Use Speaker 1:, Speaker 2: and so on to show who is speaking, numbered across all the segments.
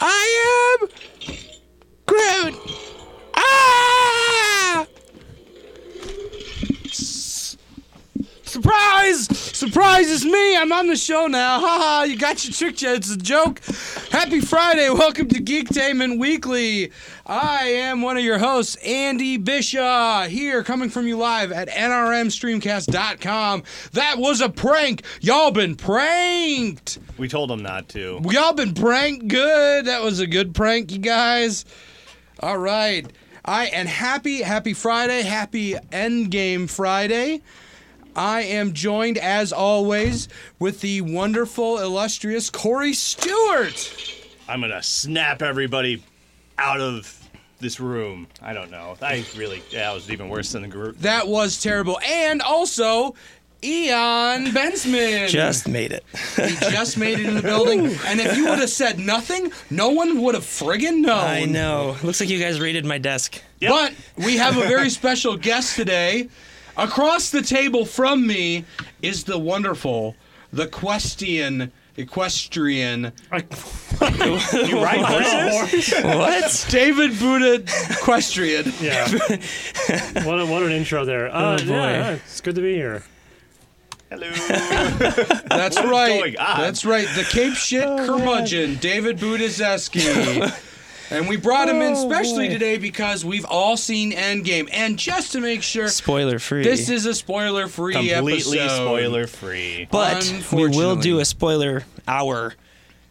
Speaker 1: I am Groot. Ah! S- Surprise! Surprise, it's me! I'm on the show now. Haha, you got your trick, Jed. It's a joke. Happy Friday. Welcome to Geektainment Weekly. I am one of your hosts, Andy Bisha, here coming from you live at nrmstreamcast.com. That was a prank. Y'all been pranked.
Speaker 2: We told him not to.
Speaker 1: We all been pranked good. That was a good prank, you guys. All right. I and happy, happy Friday, happy Endgame Friday. I am joined, as always, with the wonderful, illustrious Corey Stewart.
Speaker 2: I'm gonna snap everybody out of this room. I don't know. I really that was even worse than the group.
Speaker 1: That was terrible. And also, Eon Bensman.
Speaker 3: just made it.
Speaker 1: he just made it in the building. And if you would have said nothing, no one would have friggin' known.
Speaker 3: I know. Looks like you guys raided my desk.
Speaker 2: Yep.
Speaker 1: But we have a very special guest today. Across the table from me is the wonderful, the Questian, equestrian,
Speaker 2: you right horses?
Speaker 3: What?
Speaker 1: David Buddha Equestrian.
Speaker 4: Yeah. what, a, what an intro there. Uh,
Speaker 3: Oh, boy.
Speaker 4: Yeah, it's good to be here.
Speaker 2: Hello.
Speaker 1: That's
Speaker 2: is
Speaker 1: right.
Speaker 2: going on?
Speaker 1: That's right. The Cape Shit curmudgeon, David Budazeski. And we brought him in specially today because we've all seen Endgame. And just to make sure,
Speaker 3: Spoiler free.
Speaker 1: this is a spoiler free episode.
Speaker 2: Completely spoiler free.
Speaker 3: but we will do
Speaker 1: Unfortunately.
Speaker 3: a spoiler hour.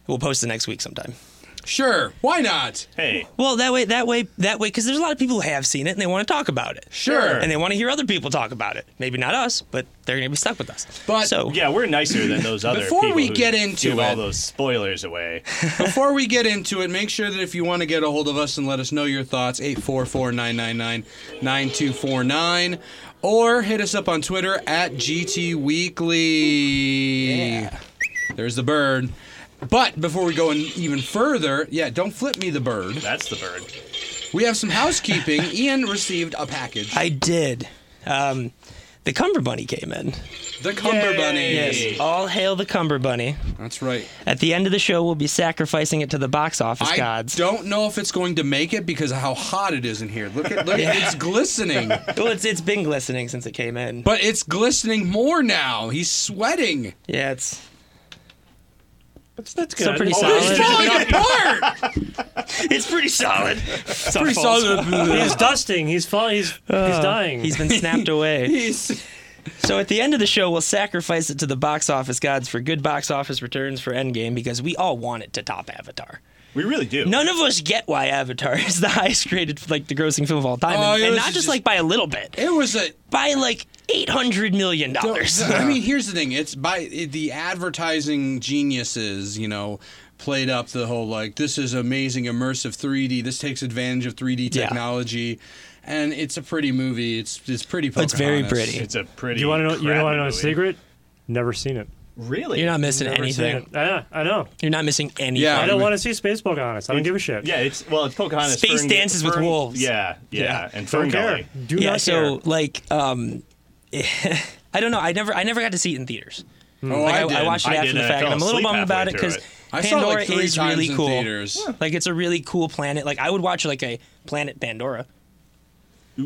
Speaker 3: We'll post it next week sometime.
Speaker 1: Sure. Why not?
Speaker 2: Hey,
Speaker 3: Well, that way, that way, that way, because there's a lot of people who have seen it and they want to talk about it.
Speaker 1: Sure.
Speaker 3: And they want to hear other people talk about it. Maybe not us, but they're going to be stuck with us.
Speaker 1: But-
Speaker 3: so
Speaker 2: yeah, we're nicer than those other
Speaker 1: Before
Speaker 2: people
Speaker 1: we
Speaker 2: who
Speaker 1: get into
Speaker 2: give
Speaker 1: it-
Speaker 2: all those spoilers away.
Speaker 1: Before we get into it, make sure that if you want to get a hold of us and let us know your thoughts, 844-999-9249, or hit us up on Twitter at GT Weekly. There's the bird. But before we go in even further, yeah, don't flip me the bird.
Speaker 2: That's the bird.
Speaker 1: We have some housekeeping. Ian received a package.
Speaker 3: I did. Um, the Cumber Bunny came in.
Speaker 1: The Cumber
Speaker 2: Yay.
Speaker 1: Bunny.
Speaker 2: Yes.
Speaker 3: All hail the Cumber Bunny.
Speaker 1: That's right.
Speaker 3: At the end of the show, we'll be sacrificing it to the box office
Speaker 1: I
Speaker 3: gods.
Speaker 1: don't know if it's going to make it because of how hot it is in here. Look at look, it's glistening.
Speaker 3: Well, it's it's been glistening since it came in.
Speaker 1: But it's glistening more now. He's sweating.
Speaker 3: yeah, it's
Speaker 2: That's, that's
Speaker 3: So pretty
Speaker 2: Oh,
Speaker 3: solid.
Speaker 2: this is-
Speaker 3: It's
Speaker 1: falling apart.
Speaker 3: it's pretty solid. It's
Speaker 1: Pretty solid.
Speaker 4: He's dusting. He's fall, He's he's dying.
Speaker 3: Uh, He's been snapped away.
Speaker 1: He's-
Speaker 3: So at the end of the show, we'll sacrifice it to the box office gods for good box office returns for Endgame because we all want it to top Avatar.
Speaker 2: we really do.
Speaker 3: None of us get why Avatar is the highest graded, like the grossing film of all time,
Speaker 1: Oh,
Speaker 3: and,
Speaker 1: it
Speaker 3: and
Speaker 1: was
Speaker 3: not just,
Speaker 1: just-
Speaker 3: like by a little bit,
Speaker 1: It was a.
Speaker 3: by like eight hundred million dollars.
Speaker 1: I mean, here's the thing. It's by the advertising geniuses, you know, played up the whole like this is amazing immersive 3D. This takes advantage of 3D
Speaker 3: Yeah.
Speaker 1: technology, and it's a pretty movie. It's it's pretty. Pocahontas.
Speaker 3: It's very pretty.
Speaker 2: It's a pretty.
Speaker 4: you want to know? You
Speaker 2: crappy
Speaker 4: want to know a
Speaker 2: movie.
Speaker 4: secret? Never seen it.
Speaker 2: Really?
Speaker 3: You're not missing
Speaker 4: Never
Speaker 3: anything. Um,
Speaker 4: Seen it. I, I know.
Speaker 3: You're not missing anything.
Speaker 1: Yeah.
Speaker 4: I don't
Speaker 1: we-
Speaker 4: want to see Space Pocahontas. I don't give a shit.
Speaker 2: Yeah, it's well, it's Pocahontas.
Speaker 3: Space
Speaker 2: Fern-
Speaker 3: dances with
Speaker 2: Fern-
Speaker 3: wolves.
Speaker 2: Yeah, yeah,
Speaker 3: Yeah.
Speaker 2: and
Speaker 4: Don't care.
Speaker 2: Ferngully.
Speaker 4: Do
Speaker 3: yeah.
Speaker 4: not
Speaker 3: so
Speaker 4: care.
Speaker 3: like, um, I don't know. I never, I never got to see it in theaters.
Speaker 1: Oh,
Speaker 3: Like, I,
Speaker 1: I, did.
Speaker 3: I watched it
Speaker 2: I
Speaker 3: after
Speaker 2: did,
Speaker 3: the
Speaker 2: and I
Speaker 3: fact,
Speaker 2: fell
Speaker 3: and I'm a little
Speaker 2: asleep
Speaker 3: bummed about it
Speaker 2: halfway through
Speaker 3: because
Speaker 2: it.
Speaker 1: I saw it,
Speaker 3: Pandora
Speaker 1: like, three
Speaker 3: is
Speaker 1: times
Speaker 3: really
Speaker 1: in
Speaker 3: cool.
Speaker 1: theaters. Yeah.
Speaker 3: Like it's a really cool planet. Like I would watch like a Planet Pandora.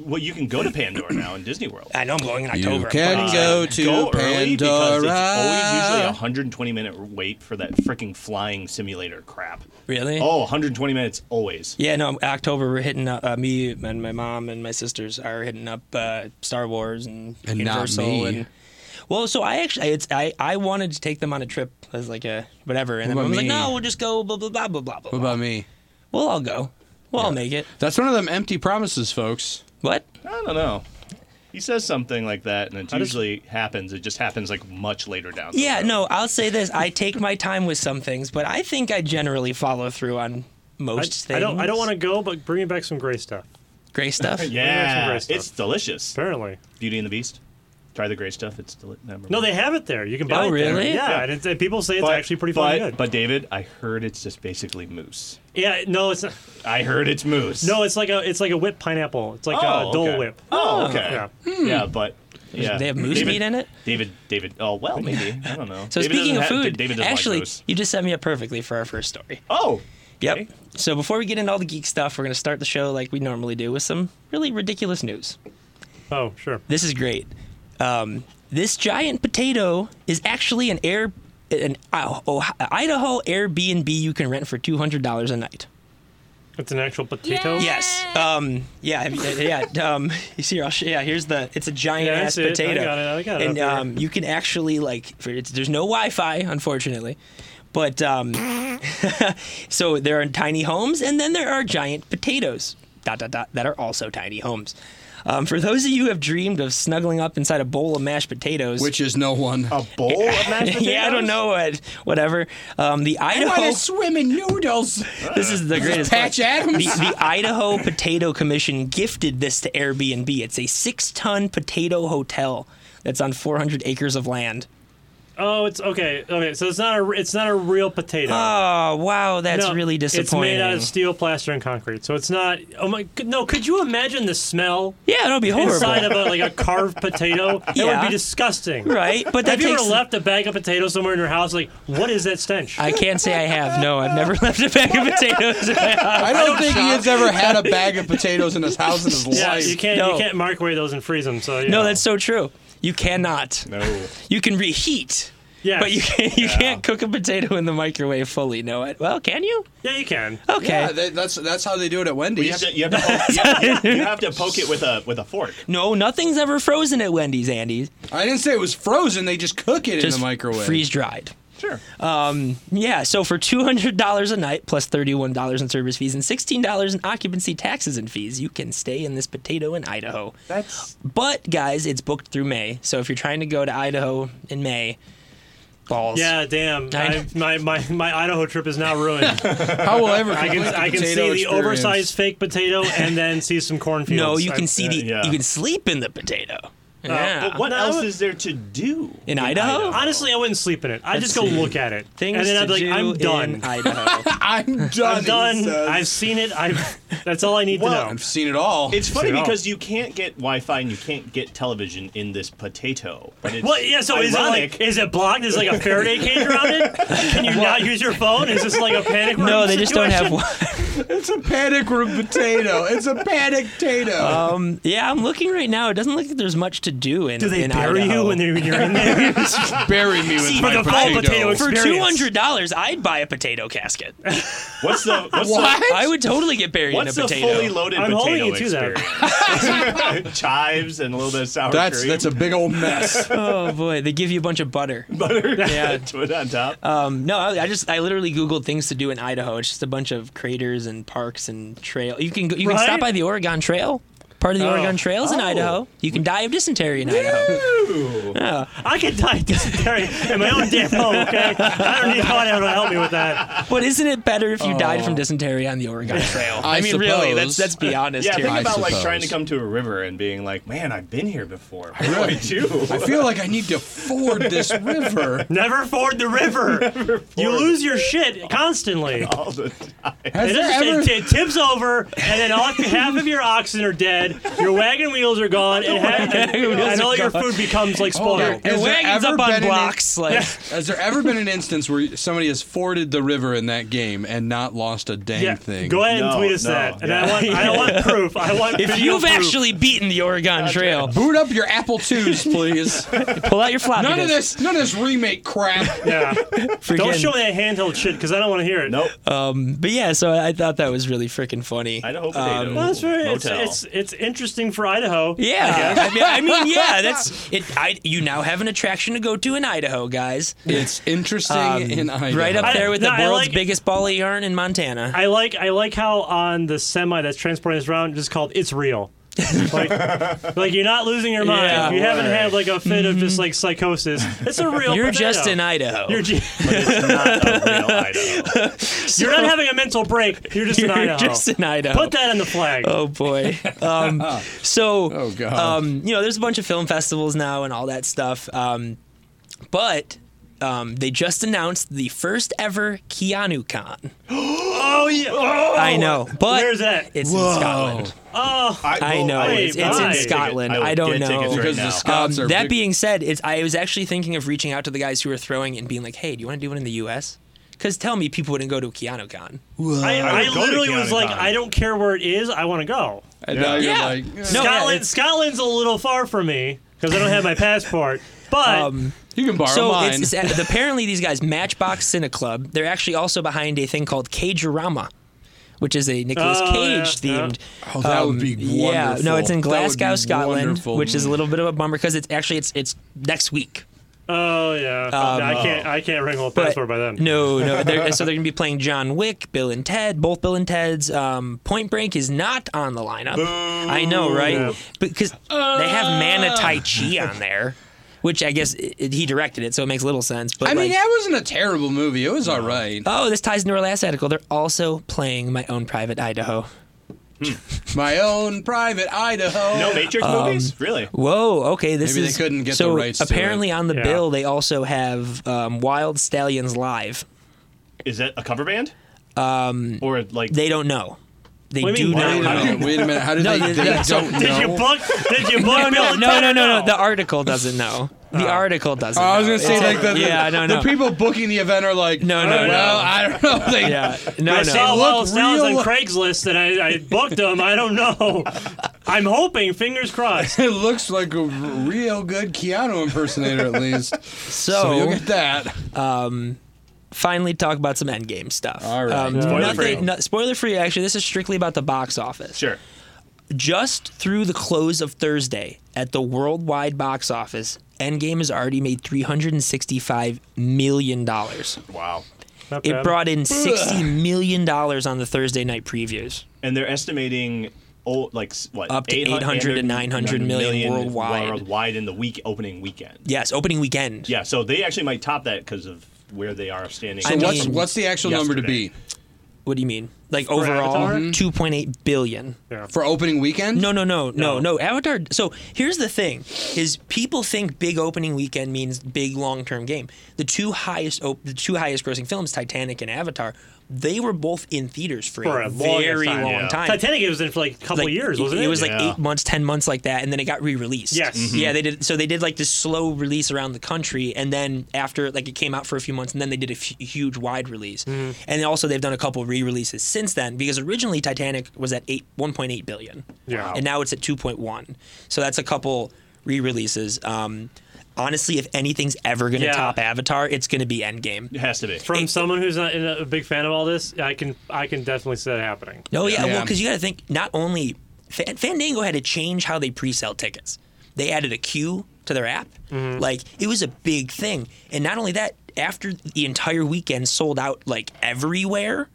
Speaker 2: Well, you can go to Pandora now in Disney World.
Speaker 3: I know I'm going in October.
Speaker 1: You
Speaker 3: but-
Speaker 1: can go to
Speaker 2: Uh, go early because it's always usually a
Speaker 1: Pandora.
Speaker 2: 120 minute wait for that freaking flying simulator crap.
Speaker 3: really?
Speaker 2: Oh, 120 minutes always.
Speaker 3: Yeah, no. October we're hitting up. Uh, me and my mom and my sisters are hitting up uh, Star Wars and,
Speaker 1: And not
Speaker 3: Universal
Speaker 1: me.
Speaker 3: and. Well, so I actually, it's I, I wanted to take them on a trip as like a whatever, and then
Speaker 1: What
Speaker 3: I
Speaker 1: about
Speaker 3: was like,
Speaker 1: me?
Speaker 3: no, we'll just go blah blah blah blah blah.
Speaker 1: What
Speaker 3: blah.
Speaker 1: about me?
Speaker 3: Well, I'll go. Well, I'll make it.
Speaker 1: That's one of them empty promises, folks.
Speaker 3: What?
Speaker 2: I don't know. He says something like that, and it
Speaker 4: does-
Speaker 2: usually happens. It just happens like much later down. the
Speaker 3: Yeah,
Speaker 2: road.
Speaker 3: no, I'll say this. I take my time with some things, but I think I generally follow through on
Speaker 4: I,
Speaker 3: most things.
Speaker 4: I don't. I don't want to go, but bring me back some gray stuff.
Speaker 3: Gray stuff?
Speaker 4: some
Speaker 2: Yeah,
Speaker 4: great stuff.
Speaker 2: it's delicious.
Speaker 4: Apparently,
Speaker 2: Beauty and the Beast. Try the great stuff. It's delicious.
Speaker 4: no, they have it there. You can buy
Speaker 3: Oh,
Speaker 4: it. there.
Speaker 3: really?
Speaker 4: Yeah. And, it's, and people say it's actually pretty
Speaker 2: but,
Speaker 4: fucking good.
Speaker 2: But David, I heard it's just basically moose.
Speaker 4: yeah, no, it's not,
Speaker 2: I heard it's moose.
Speaker 4: no, it's like a it's like a whipped pineapple. It's like a Dole
Speaker 2: okay.
Speaker 4: Whip.
Speaker 2: Oh, okay.
Speaker 4: Yeah.
Speaker 2: Yeah, but yeah.
Speaker 3: They have moose
Speaker 2: David-
Speaker 3: meat in it?
Speaker 2: David, David. Oh well, maybe I don't know.
Speaker 3: So
Speaker 2: David
Speaker 3: speaking
Speaker 2: doesn't
Speaker 3: of
Speaker 2: have-
Speaker 3: food,
Speaker 2: David doesn't like
Speaker 3: actually,
Speaker 2: moose.
Speaker 3: you just set me up perfectly for our first story.
Speaker 2: oh,
Speaker 3: Yep.
Speaker 4: Okay.
Speaker 3: So before we get into all the geek stuff, we're going to start the show like we normally do with some really ridiculous news.
Speaker 4: Oh, sure.
Speaker 3: This is great. Um, this giant potato is actually an air an I- oh, Idaho Airbnb you can rent for two hundred dollars a night.
Speaker 4: It's an actual potato.
Speaker 5: Yeah.
Speaker 3: Yes. Um, yeah. Yeah. Um, you see, I'll sh- yeah. Here's the. It's a giant
Speaker 4: Yeah, I
Speaker 3: ass
Speaker 4: see it. I
Speaker 3: potato.
Speaker 4: got it. I got it
Speaker 3: And
Speaker 4: up here.
Speaker 3: um, you can actually like. For, it's, there's no Wi-Fi, unfortunately, but um, so there are tiny homes, and then there are giant potatoes. Dot dot dot. That are also tiny homes. Um, for those of you who have dreamed of snuggling up inside a bowl of mashed potatoes,
Speaker 1: Which is Oh, no one.
Speaker 2: A bowl of mashed potatoes?
Speaker 3: yeah, I don't know what, whatever. Um, the
Speaker 1: I want
Speaker 3: Idaho.
Speaker 1: to swim in noodles.
Speaker 3: This is the greatest.
Speaker 1: Patch
Speaker 3: part.
Speaker 1: Adams.
Speaker 3: The, the Idaho Potato Commission gifted this to Airbnb. It's a six-ton potato hotel that's on 400 acres of land.
Speaker 4: Oh, it's okay. Okay, so it's not a it's not a real potato.
Speaker 3: Oh wow, that's
Speaker 4: No,
Speaker 3: really disappointing.
Speaker 4: It's made out of steel, plaster, and concrete, so it's not. Oh my! g- No, could you imagine the smell
Speaker 3: yeah, it'll be horrible.
Speaker 4: inside of a, like a carved potato? That would
Speaker 3: Yeah.
Speaker 4: be disgusting.
Speaker 3: right, but that
Speaker 4: Have you
Speaker 3: takes.
Speaker 4: ever left a bag of potatoes somewhere in your house? Like, what is that stench?
Speaker 3: I can't say I have. No, I've never left a bag of potatoes. in my house.
Speaker 1: I don't think he has ever had a bag of potatoes in his house in his
Speaker 4: yeah,
Speaker 1: life.
Speaker 4: you can't
Speaker 3: No.
Speaker 4: you can't microwave those and freeze them. So you
Speaker 3: No,
Speaker 4: know.
Speaker 3: that's so true. You cannot.
Speaker 2: No.
Speaker 3: You can reheat.
Speaker 4: Yes.
Speaker 3: But you can't, you can't cook a potato in the microwave fully. No, I- well, can you?
Speaker 4: yeah, you can.
Speaker 3: Okay.
Speaker 1: Yeah, they, that's that's how they do it at Wendy's.
Speaker 2: You have to, you have to, poke, you have to- you have to poke it with a with a fork.
Speaker 3: no, nothing's ever frozen at Wendy's, Andy.
Speaker 1: I didn't say it was frozen. They just cook it
Speaker 3: Just
Speaker 1: in the microwave.
Speaker 3: freeze dried.
Speaker 2: Sure.
Speaker 3: Uh, Yeah, so for two hundred dollars a night plus thirty-one dollars in service fees and sixteen dollars in occupancy taxes and fees, you can stay in this potato in Idaho.
Speaker 2: That's
Speaker 3: But guys, it's booked through May, so if you're trying to go to Idaho in May, balls.
Speaker 4: Yeah, damn.
Speaker 3: I-
Speaker 4: I, my, my my Idaho trip is now ruined.
Speaker 1: How will I ever
Speaker 4: I can
Speaker 1: complete the
Speaker 4: I can see
Speaker 1: potato
Speaker 4: the
Speaker 1: experience?
Speaker 4: oversized fake potato and then see some cornfields.
Speaker 3: No, you
Speaker 4: I-
Speaker 3: can see the.
Speaker 2: yeah.
Speaker 3: You can sleep in the potato. yeah.
Speaker 2: Uh, But what
Speaker 4: No, I
Speaker 2: else
Speaker 4: would-
Speaker 2: is there to do
Speaker 3: In Idaho?
Speaker 4: Honestly, I wouldn't sleep in it. I just go
Speaker 3: see.
Speaker 4: look at it,
Speaker 3: Things
Speaker 4: and then
Speaker 3: to
Speaker 4: I'd be like,
Speaker 3: do
Speaker 4: I'm
Speaker 3: in
Speaker 4: done.
Speaker 3: Idaho.
Speaker 1: I'm done.
Speaker 4: I'm
Speaker 1: he
Speaker 4: done.
Speaker 1: says.
Speaker 4: I've seen it. I've. That's all I need
Speaker 2: Well,
Speaker 4: to know.
Speaker 1: I've seen it all.
Speaker 2: It's funny
Speaker 4: So-
Speaker 2: because you can't get Wi-Fi and you can't get television in this potato. But it's
Speaker 4: Well, yeah. So is it
Speaker 2: ironic.
Speaker 4: like is it blocked? Is like a Faraday cage around it? Can you not use your phone? Is this like a panic? room
Speaker 3: no, they just don't have
Speaker 4: situation?
Speaker 3: one.
Speaker 1: It's a panic room potato. It's a panic potato.
Speaker 3: Um, yeah, I'm looking right now. It doesn't look like there's much to do in.
Speaker 4: Do they
Speaker 3: in
Speaker 4: bury
Speaker 3: Idaho.
Speaker 4: you when they're- when you're in there?
Speaker 1: Bury me with
Speaker 3: See,
Speaker 1: my
Speaker 4: for the full potato
Speaker 3: For two
Speaker 4: Experience.
Speaker 3: hundred dollars, I'd buy a potato casket.
Speaker 2: what's the what's
Speaker 1: What?
Speaker 2: the
Speaker 3: I would totally get buried
Speaker 2: what's
Speaker 3: in a
Speaker 2: the
Speaker 3: potato.
Speaker 2: fully loaded
Speaker 4: I'm holding
Speaker 2: potato
Speaker 4: you to that.
Speaker 2: experience? Chives and a little bit of sour
Speaker 1: That's
Speaker 2: cream.
Speaker 1: that's a big old mess.
Speaker 3: oh boy, they give you a bunch of butter.
Speaker 2: butter.
Speaker 3: Yeah.
Speaker 2: to it on top.
Speaker 3: Um, no, I, I just I literally googled things to do in Idaho. It's just a bunch of craters and parks and trail. You can go, you can
Speaker 4: Right?
Speaker 3: stop by the Oregon Trail. Part of the
Speaker 4: Oh.
Speaker 3: Oregon Trails in Idaho. You can die of dysentery in Idaho.
Speaker 4: I could die of dysentery in my own damn home. Okay, I don't need anyone to help me with that.
Speaker 3: But isn't it better if you died from dysentery on the Oregon Trail?
Speaker 1: I
Speaker 3: mean, really, let's
Speaker 1: suppose.
Speaker 3: let's be honest
Speaker 2: yeah,
Speaker 3: here.
Speaker 2: think
Speaker 1: I
Speaker 2: about like trying to
Speaker 1: suppose.
Speaker 2: come to a river and being like, man, I've been here before. What do I
Speaker 1: I
Speaker 2: do?
Speaker 1: feel like I need to ford this river.
Speaker 4: Never ford the river. You lose your shit constantly.
Speaker 2: All the time.
Speaker 1: Has there
Speaker 4: It, just- it-
Speaker 1: ever
Speaker 4: it tips over, and then all, half of your oxen are dead. Your wagon wheels are gone, and, half, and,
Speaker 3: wagon wheels
Speaker 4: all
Speaker 3: are
Speaker 4: your
Speaker 3: gone.
Speaker 4: food becomes like spoiled.
Speaker 1: yeah.
Speaker 3: Your
Speaker 1: Has there
Speaker 3: wagon's
Speaker 1: ever
Speaker 3: up on
Speaker 1: been an-
Speaker 3: blocks. Like,
Speaker 1: has there ever been an instance where somebody has forded the river in that game and not lost a dang
Speaker 4: Yeah,
Speaker 1: thing?
Speaker 4: Go ahead and
Speaker 2: No,
Speaker 4: tweet us
Speaker 2: no,
Speaker 4: that. And
Speaker 2: yeah.
Speaker 4: I want, I want proof. I want
Speaker 3: if
Speaker 4: video
Speaker 3: you've
Speaker 4: proof.
Speaker 3: actually beaten the Oregon Trail,
Speaker 1: Boot up your Apple twos, please.
Speaker 3: pull out your floppy
Speaker 1: None of
Speaker 3: disk.
Speaker 1: this, none of this remake crap.
Speaker 4: Yeah. Don't
Speaker 3: Freaking-
Speaker 4: show me that handheld shit because I don't want to hear it.
Speaker 2: Nope.
Speaker 3: But yeah, so I thought that was really freaking funny. Um,
Speaker 2: Idaho potato.
Speaker 4: Well, that's very, it's,
Speaker 2: motel.
Speaker 4: it's it's interesting for Idaho.
Speaker 3: Yeah, I, mean, I mean, yeah, that's it. I, you now have an attraction to go to in Idaho, guys.
Speaker 1: It's interesting in Idaho.
Speaker 3: Um, Right up
Speaker 4: I-
Speaker 3: there with the
Speaker 4: no, I
Speaker 3: world's
Speaker 4: like-
Speaker 3: biggest ball of yarn in Montana.
Speaker 4: I like I like how on the semi that's transporting us around it's called "It's Real." like, like you're not losing your mind.
Speaker 3: Yeah. Mm-hmm.
Speaker 4: you haven't had like a fit of just like psychosis. It's a real.
Speaker 3: You're
Speaker 4: potato.
Speaker 3: just in Idaho.
Speaker 4: You're, ju-
Speaker 2: but it's not a real Idaho.
Speaker 4: you're not having a mental break. You're just in
Speaker 3: You're
Speaker 4: Idaho.
Speaker 3: just in Idaho.
Speaker 4: Put that on the flag.
Speaker 3: Oh boy. Um, so,
Speaker 1: Oh, God.
Speaker 3: Um, you know, there's a bunch of film festivals now and all that stuff. Um, but um, they just announced the first ever Keanu Con.
Speaker 4: Oh yeah. Oh,
Speaker 3: I know, but
Speaker 4: Where's that?
Speaker 3: It's in Scotland.
Speaker 4: Oh,
Speaker 3: I
Speaker 2: well,
Speaker 3: know,
Speaker 2: would
Speaker 4: it's- it's in
Speaker 2: buy a ticket.
Speaker 3: Scotland.
Speaker 2: would
Speaker 3: I don't
Speaker 2: get
Speaker 3: know.
Speaker 2: tickets
Speaker 1: Because the
Speaker 2: right now.
Speaker 1: Sc-
Speaker 3: Um,
Speaker 1: Scots are
Speaker 3: that
Speaker 1: big-
Speaker 3: being said, it's, I was actually thinking of reaching out to the guys who are throwing it and being like, "Hey, do you want to do one in the U.S.?" Because tell me, people wouldn't go to KeanuCon.
Speaker 2: I
Speaker 4: I, I,
Speaker 2: would go to
Speaker 4: literally was
Speaker 2: Keanu
Speaker 4: like,
Speaker 2: Con.
Speaker 4: I don't care where it is. I want to go.
Speaker 1: And now you're
Speaker 3: Yeah.
Speaker 1: like, eh,
Speaker 3: No, Oh, yeah,
Speaker 4: Scotland,
Speaker 3: it's-
Speaker 4: Scotland's a little far from me because I don't have my passport. But
Speaker 3: Um,
Speaker 1: you can borrow
Speaker 3: so
Speaker 1: mine.
Speaker 3: it's, it's- uh, apparently these guys, Matchbox Cine Club, they're actually also behind a thing called Cagerama, which is a Nicolas
Speaker 4: Oh, yeah,
Speaker 3: Cage themed. um,
Speaker 1: Oh, that would be
Speaker 3: Yeah, no, it's
Speaker 1: wonderful. That
Speaker 3: in
Speaker 1: would be
Speaker 3: Glasgow, Scotland,
Speaker 1: wonderful.
Speaker 3: which is a little bit of a bummer because it's actually it's it's next week.
Speaker 4: oh yeah, I can't I can't wrangle a passport by then.
Speaker 3: um, No, no. They're, so they're going to be playing John Wick, Bill and Ted, both Bill and Ted's. Um, Point Break is not on the lineup. I know, right?
Speaker 4: Yeah.
Speaker 3: Because they have Mana Tai Chi on there, which I guess i he directed it, so it makes little sense. But
Speaker 1: I mean,
Speaker 3: like-
Speaker 1: that wasn't a terrible movie. It was all right.
Speaker 3: oh, this ties into our last article. They're also playing My Own Private Idaho.
Speaker 1: My own private Idaho.
Speaker 2: No Matrix
Speaker 3: Um,
Speaker 2: movies? Really?
Speaker 3: Whoa, okay. This
Speaker 1: Maybe they
Speaker 3: is
Speaker 1: couldn't get
Speaker 3: so
Speaker 1: the rights to it.
Speaker 3: Apparently, on the
Speaker 4: Yeah.
Speaker 3: bill, they also have um, Wild Stallions Live.
Speaker 2: Is that a cover band? Um, or like
Speaker 3: They don't know. They
Speaker 4: What do you
Speaker 3: do
Speaker 4: mean,
Speaker 3: not
Speaker 1: Wait a
Speaker 4: why
Speaker 3: know.
Speaker 4: don't
Speaker 1: minute. Wait a minute. How did
Speaker 3: No,
Speaker 1: they?
Speaker 3: they-
Speaker 1: They
Speaker 3: yeah, so-
Speaker 1: don't
Speaker 4: Did you
Speaker 1: know.
Speaker 4: book? Did you book?
Speaker 3: no,
Speaker 4: Bill
Speaker 3: no, no,
Speaker 4: Tedder?
Speaker 3: no, no. The article doesn't know. The article doesn't.
Speaker 1: Oh, I was
Speaker 3: know.
Speaker 1: gonna say
Speaker 3: It's
Speaker 1: like
Speaker 3: a-
Speaker 1: the, the-
Speaker 3: yeah, no,
Speaker 1: the
Speaker 3: no,
Speaker 1: people booking the event are like,
Speaker 3: No,
Speaker 1: well,
Speaker 3: no, no.
Speaker 1: I don't know. They,
Speaker 3: yeah, no,
Speaker 4: I
Speaker 3: no.
Speaker 4: saw Wild
Speaker 1: looked
Speaker 4: Stallions
Speaker 1: real-
Speaker 4: on Craigslist and I, I booked them. I don't know. I'm hoping, fingers crossed.
Speaker 1: it looks like a r- real good Keanu impersonator at least.
Speaker 3: so
Speaker 1: So you'll get that.
Speaker 3: finally, talk about some Endgame stuff.
Speaker 1: All right.
Speaker 3: um,
Speaker 2: Spoiler
Speaker 3: nothing,
Speaker 2: free.
Speaker 3: No, spoiler free. Actually, this is strictly about the box office.
Speaker 2: sure.
Speaker 3: Just through the close of Thursday at the worldwide box office, Endgame has already made three hundred and sixty-five million dollars.
Speaker 2: Wow.
Speaker 4: Not
Speaker 3: It
Speaker 4: bad.
Speaker 3: brought in sixty million dollars on the Thursday night previews.
Speaker 2: And they're estimating oh, like s- what
Speaker 3: Up to
Speaker 2: 800
Speaker 3: 800 to 900 million worldwide.
Speaker 2: worldwide in the week opening weekend.
Speaker 3: Yes, opening weekend.
Speaker 2: Yeah, so they actually might top that because of where they are standing.
Speaker 3: So I
Speaker 1: What's
Speaker 3: mean,
Speaker 1: what's the actual number to be
Speaker 2: yesterday.
Speaker 3: What do you mean? Like overall,
Speaker 4: Avatar?
Speaker 3: two point eight billion.
Speaker 1: for opening weekend?
Speaker 3: No, no, no, no, no. Avatar. So here's the thing: is people think big opening weekend means big long term game. The two highest, op- the two highest grossing films, Titanic and Avatar, they were both in theaters for,
Speaker 4: for
Speaker 3: a,
Speaker 4: a
Speaker 3: very
Speaker 4: long
Speaker 3: long
Speaker 2: yeah.
Speaker 3: time.
Speaker 4: Titanic it was in for like a couple
Speaker 3: Like,
Speaker 4: years,
Speaker 3: it-
Speaker 4: wasn't it?
Speaker 3: It was like
Speaker 2: Yeah.
Speaker 3: eight months, ten months, like that, and then it got re-released.
Speaker 4: Yes. Mhm.
Speaker 3: Yeah, they did. So they did like this slow release around the country, and then after, like, it came out for a few months, and then they did a f- huge wide release. And then also, they've done a couple re-releases since then because originally Titanic was at eight, one point eight billion.
Speaker 4: Yeah.
Speaker 3: And now it's at two point one. So that's a couple re-releases. Um, honestly, if anything's ever going to
Speaker 4: Yeah.
Speaker 3: top Avatar, it's going to be Endgame.
Speaker 2: It has to be.
Speaker 4: from someone who's not in a, a big fan of all this, I can I can definitely see that happening.
Speaker 3: No, Oh, yeah, well,
Speaker 1: Yeah.
Speaker 3: because you got to think not only Fan- Fandango had to change how they pre-sell tickets. They added a queue to their app.
Speaker 2: Mm-hmm.
Speaker 3: Like it was a big thing, and not only that, after the entire weekend sold out like everywhere,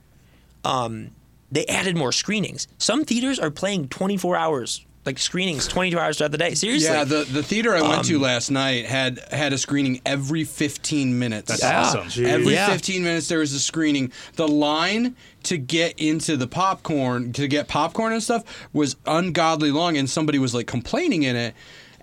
Speaker 3: um, they added more screenings. Some theaters are playing 24 hours, like screenings 22 hours throughout the day. Seriously,
Speaker 1: Yeah, the, the theater I went
Speaker 3: um,
Speaker 1: to last night had had a screening every 15 minutes.
Speaker 2: That's
Speaker 3: Yeah.
Speaker 2: awesome.
Speaker 4: Jeez.
Speaker 1: Every
Speaker 3: Yeah.
Speaker 1: 15 minutes, there was a screening. The line to get into the popcorn, to get popcorn and stuff, was ungodly long, and somebody was like complaining in it.